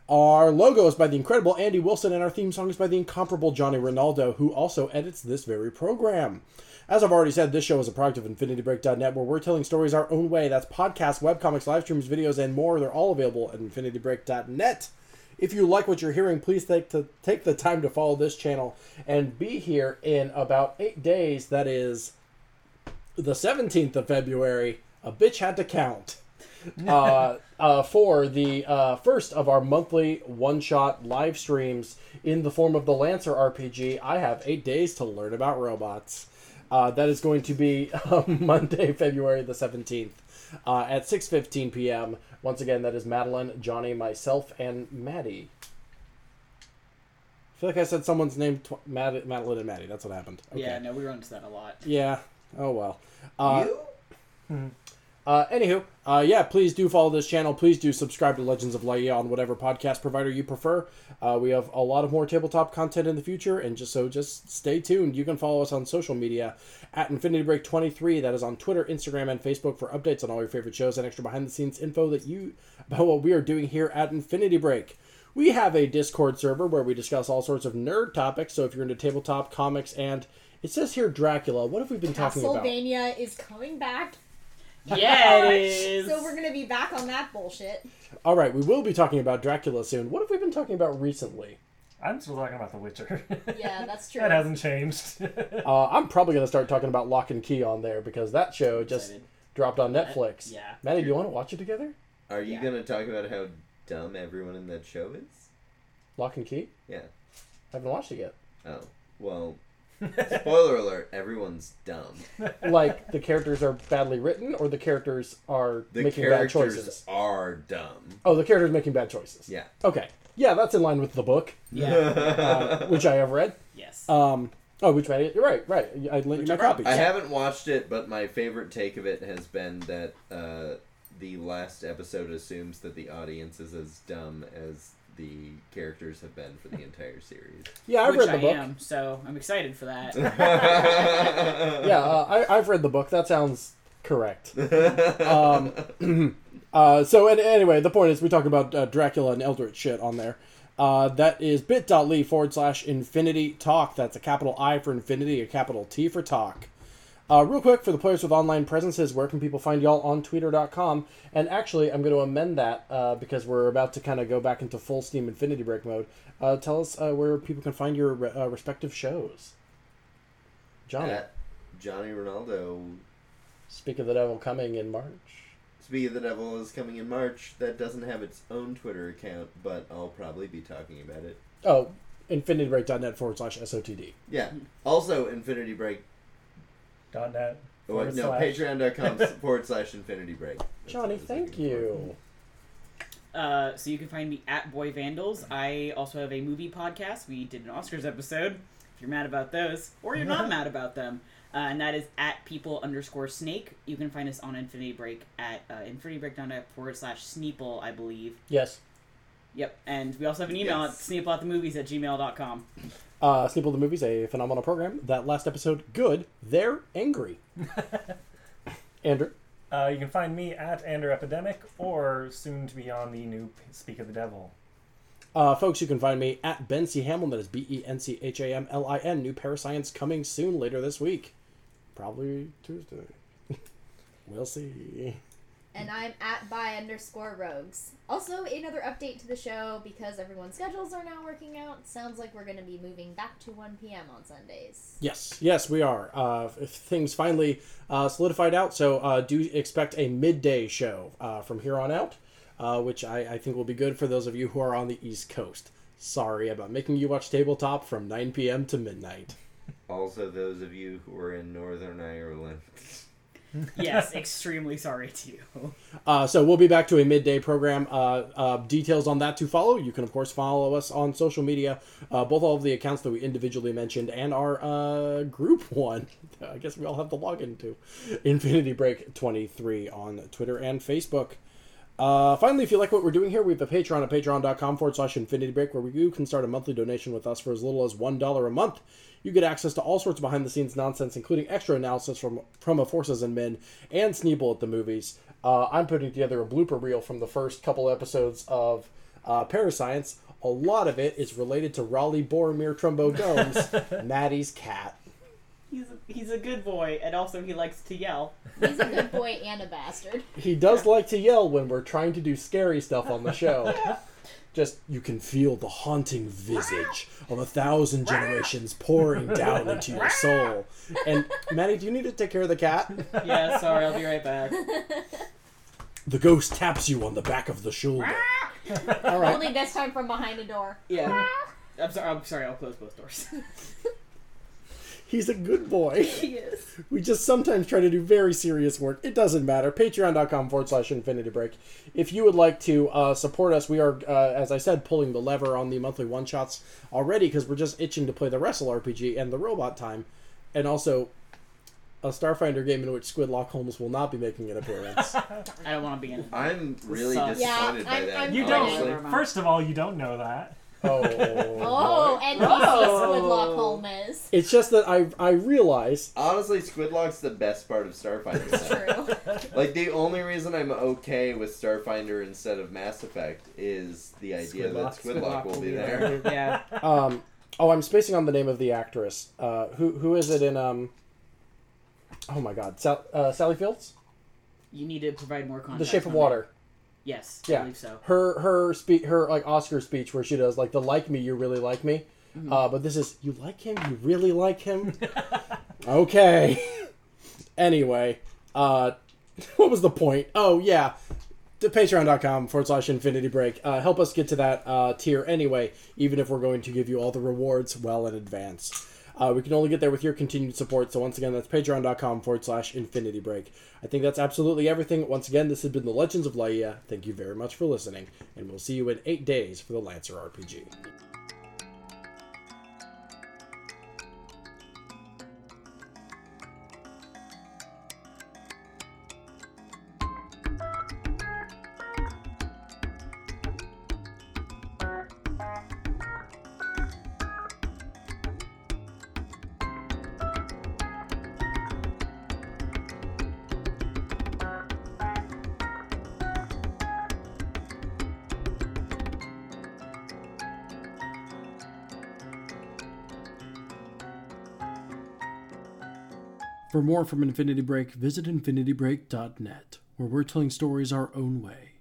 Speaker 1: Our logo is by the incredible Andy Wilson, and our theme song is by the incomparable Johnny Ronaldo, who also edits this very program. As I've already said, this show is a product of InfinityBreak.net, where we're telling stories our own way. That's podcasts, webcomics, live streams, videos, and more. They're all available at InfinityBreak.net. If you like what you're hearing, please take to take the time to follow this channel and be here in about eight days. That is the 17th of February. A bitch had to count. uh, uh, for the uh, first of our monthly one shot live streams in the form of the Lancer RPG. I have eight days to learn about robots. Uh, that is going to be um, Monday, February the 17th uh, at 6.15 p.m. Once again, that is Madeline, Johnny, myself, and Maddie. I feel like I said someone's name, tw- Mad- Madeline and Maddie. That's what happened. Okay.
Speaker 4: Yeah, no, we run into that a lot.
Speaker 1: Yeah. Oh well. Uh,
Speaker 5: you?
Speaker 1: uh, anywho, uh, yeah, please do follow this channel. Please do subscribe to Legends of Leia on whatever podcast provider you prefer. Uh, we have a lot of more tabletop content in the future, and just so just stay tuned. You can follow us on social media at Infinity Break Twenty Three. That is on Twitter, Instagram, and Facebook for updates on all your favorite shows and extra behind the scenes info that you about what we are doing here at Infinity Break. We have a Discord server where we discuss all sorts of nerd topics. So if you're into tabletop, comics, and it says here Dracula. What have we been talking about?
Speaker 2: Castlevania is coming back.
Speaker 4: Yeah, it is.
Speaker 2: So we're gonna be back on that bullshit.
Speaker 1: All right, we will be talking about Dracula soon. What have we been talking about recently?
Speaker 3: I'm still talking about The Witcher.
Speaker 2: Yeah, that's true.
Speaker 3: that hasn't changed.
Speaker 1: Uh, I'm probably going to start talking about Lock and Key on there because that show just
Speaker 4: Excited.
Speaker 1: dropped on Netflix.
Speaker 4: yeah.
Speaker 1: Maddie, do you want to watch it together?
Speaker 5: Are you
Speaker 4: Yeah.
Speaker 5: gonna talk about how dumb everyone in that show is?
Speaker 1: Lock and Key?
Speaker 5: Yeah.
Speaker 1: haven't watched it yet.
Speaker 5: Oh. Well. spoiler alert: Everyone's dumb.
Speaker 1: Like the characters are badly written, or the characters are
Speaker 5: The
Speaker 1: making bad
Speaker 5: characters
Speaker 1: choices.
Speaker 5: are dumb.
Speaker 1: Oh, the characters making bad choices.
Speaker 5: Yeah.
Speaker 1: Okay. Yeah, that's in line with the book,
Speaker 4: Yeah.
Speaker 1: uh, which I have read.
Speaker 4: yes.
Speaker 1: Um, oh, which Maddie? You're right. Right. I lent you my copy.
Speaker 5: I haven't watched it, but my favorite take of it has been that uh, the last episode assumes that the audience is as dumb as the characters have been for the entire series.
Speaker 1: yeah, I've
Speaker 4: Which
Speaker 1: read the
Speaker 4: I
Speaker 1: book.
Speaker 4: am, so I'm excited for that.
Speaker 1: Yeah, uh, I, I've read the book. That sounds correct.
Speaker 5: um,
Speaker 1: Uh, so an anyway, the point is we talk about uh, Dracula and Eldritch shit on there. Uh, that is bit.ly forward slash infinity talk. That's a capital I for infinity, a capital T for talk. Uh, real quick, for the players with online presences, where can people find y'all on Twitter.com? And actually, I'm going to amend that uh, because we're about to kind of go back into full Steam Infinity Break mode. Uh, tell us uh, where people can find your re- uh, respective shows. John,
Speaker 5: at Johnny Ronaldo.
Speaker 1: Speak of the Devil coming in March.
Speaker 5: Speak of the Devil is coming in March. That doesn't have its own Twitter account, but I'll probably be talking about it.
Speaker 1: Oh, infinitybreak.net forward slash SOTD.
Speaker 5: Yeah. Also, Infinity Break.
Speaker 3: Dot net.
Speaker 5: Oh, wait,
Speaker 3: forward
Speaker 5: no,
Speaker 3: slash.
Speaker 5: patreon.com forward slash Infinity Break. That's what I
Speaker 1: Johnny,
Speaker 5: was
Speaker 1: thank
Speaker 5: looking for.
Speaker 1: you.
Speaker 4: Uh, so you can find me at Boy Vandals. I also have a movie podcast. We did an Oscars episode. If you're mad about those, or you're not mad about them, uh, and that is at people underscore snake. You can find us on Infinity Break at uh, infinitybreak.net forward slash sneeple, I believe.
Speaker 1: Yes.
Speaker 4: Yep, and we also have an email
Speaker 5: Yes.
Speaker 4: at sneepleatthemovies at gmail.com.
Speaker 1: Uh, Sneeple the Movies, a phenomenal program. That last episode, good. They're angry. Andrew.
Speaker 3: Uh, you can find me at Ander Epidemic or soon to be on the new P- Speak of the Devil.
Speaker 1: Uh, folks, you can find me at Ben C. Hamlin. That is B E N C H A M L I N. New Parascience coming soon later this week. Probably Tuesday. we'll see.
Speaker 2: And I'm at by underscore rogues. Also, another update to the show because everyone's schedules are now working out. Sounds like we're gonna be moving back to 1 p.m. on Sundays.
Speaker 1: Yes, yes, we are. Uh, if things finally uh, solidified out, so uh, do expect a midday show uh, from here on out, uh, which I, I think will be good for those of you who are on the East Coast. Sorry about making you watch tabletop from 9 p.m. to midnight.
Speaker 5: Also, those of you who are in Northern Ireland.
Speaker 4: Yes, extremely sorry to you.
Speaker 1: Uh, so we'll be back to a midday program. Uh, uh, details on that to follow. You can of course follow us on social media, uh, both all of the accounts that we individually mentioned and our uh, group one. I guess we all have to log into Infinity Break twenty three on Twitter and Facebook. Uh, finally, if you like what we're doing here, we have a Patreon at patreon.com forward slash infinity break where you can start a monthly donation with us for as little as $1 a month. You get access to all sorts of behind the scenes nonsense, including extra analysis from from of Forces and Men and Sneeble at the movies. Uh, I'm putting together a blooper reel from the first couple episodes of uh, Parascience. A lot of it is related to Raleigh Boromir Trumbo Gomes, Maddie's cat.
Speaker 4: He's a, he's a good boy, and also he likes to yell.
Speaker 2: He's a good boy and a bastard.
Speaker 1: He does like to yell when we're trying to do scary stuff on the show. Just you can feel the haunting visage of a thousand generations pouring down into your soul. And Maddie, do you need to take care of the cat?
Speaker 4: Yeah, sorry, I'll be right back.
Speaker 1: The ghost taps you on the back of the shoulder. All right.
Speaker 2: Only this time from behind a door.
Speaker 4: Yeah. I'm sorry. I'm sorry. I'll close both doors.
Speaker 1: He's a good boy.
Speaker 4: he is.
Speaker 1: We just sometimes try to do very serious work. It doesn't matter. Patreon.com forward slash infinity break. If you would like to uh, support us, we are, uh, as I said, pulling the lever on the monthly one shots already because we're just itching to play the Wrestle RPG and the Robot Time, and also a Starfinder game in which Squidlock Holmes will not be making an appearance.
Speaker 4: I don't want to be in.
Speaker 5: I'm really
Speaker 4: Sucks.
Speaker 2: Yeah,
Speaker 5: disappointed by
Speaker 2: I'm-
Speaker 5: that.
Speaker 2: I'm
Speaker 3: You
Speaker 5: honestly.
Speaker 3: don't. First of all, you don't know that.
Speaker 1: oh.
Speaker 2: Oh, and NPC Squidlock Holmes.
Speaker 1: It's just that I I realize
Speaker 5: Honestly, Squidlock's the best part of Starfinder.
Speaker 2: It's
Speaker 5: now.
Speaker 2: true.
Speaker 5: like the only reason I'm okay with Starfinder instead of Mass Effect is the idea that
Speaker 3: Squidlock.
Speaker 5: Squidlock, will be there.
Speaker 4: yeah.
Speaker 1: um oh i'm spacing on the name of the actress uh who who is it in um oh my god Sal, uh, sally fields
Speaker 4: You need to provide more context.
Speaker 1: the shape of
Speaker 4: on that.
Speaker 1: water
Speaker 4: Yes. I
Speaker 1: Yeah.
Speaker 4: believe so.
Speaker 1: her her speech her like oscar speech where she does like the like me you really like me uh but this is you like him you really like him okay anyway uh what was the point oh yeah to patreon.com forward slash infinity break uh, help us get to that uh, tier anyway even if we're going to give you all the rewards well in advance uh, we can only get there with your continued support so once again that's patreon.com forward slash infinity break i think that's absolutely everything once again this has been the legends of laia thank you very much for listening and we'll see you in eight days for the lancer rpg For more from Infinity Break, visit InfinityBreak.net, where we're telling stories our own way.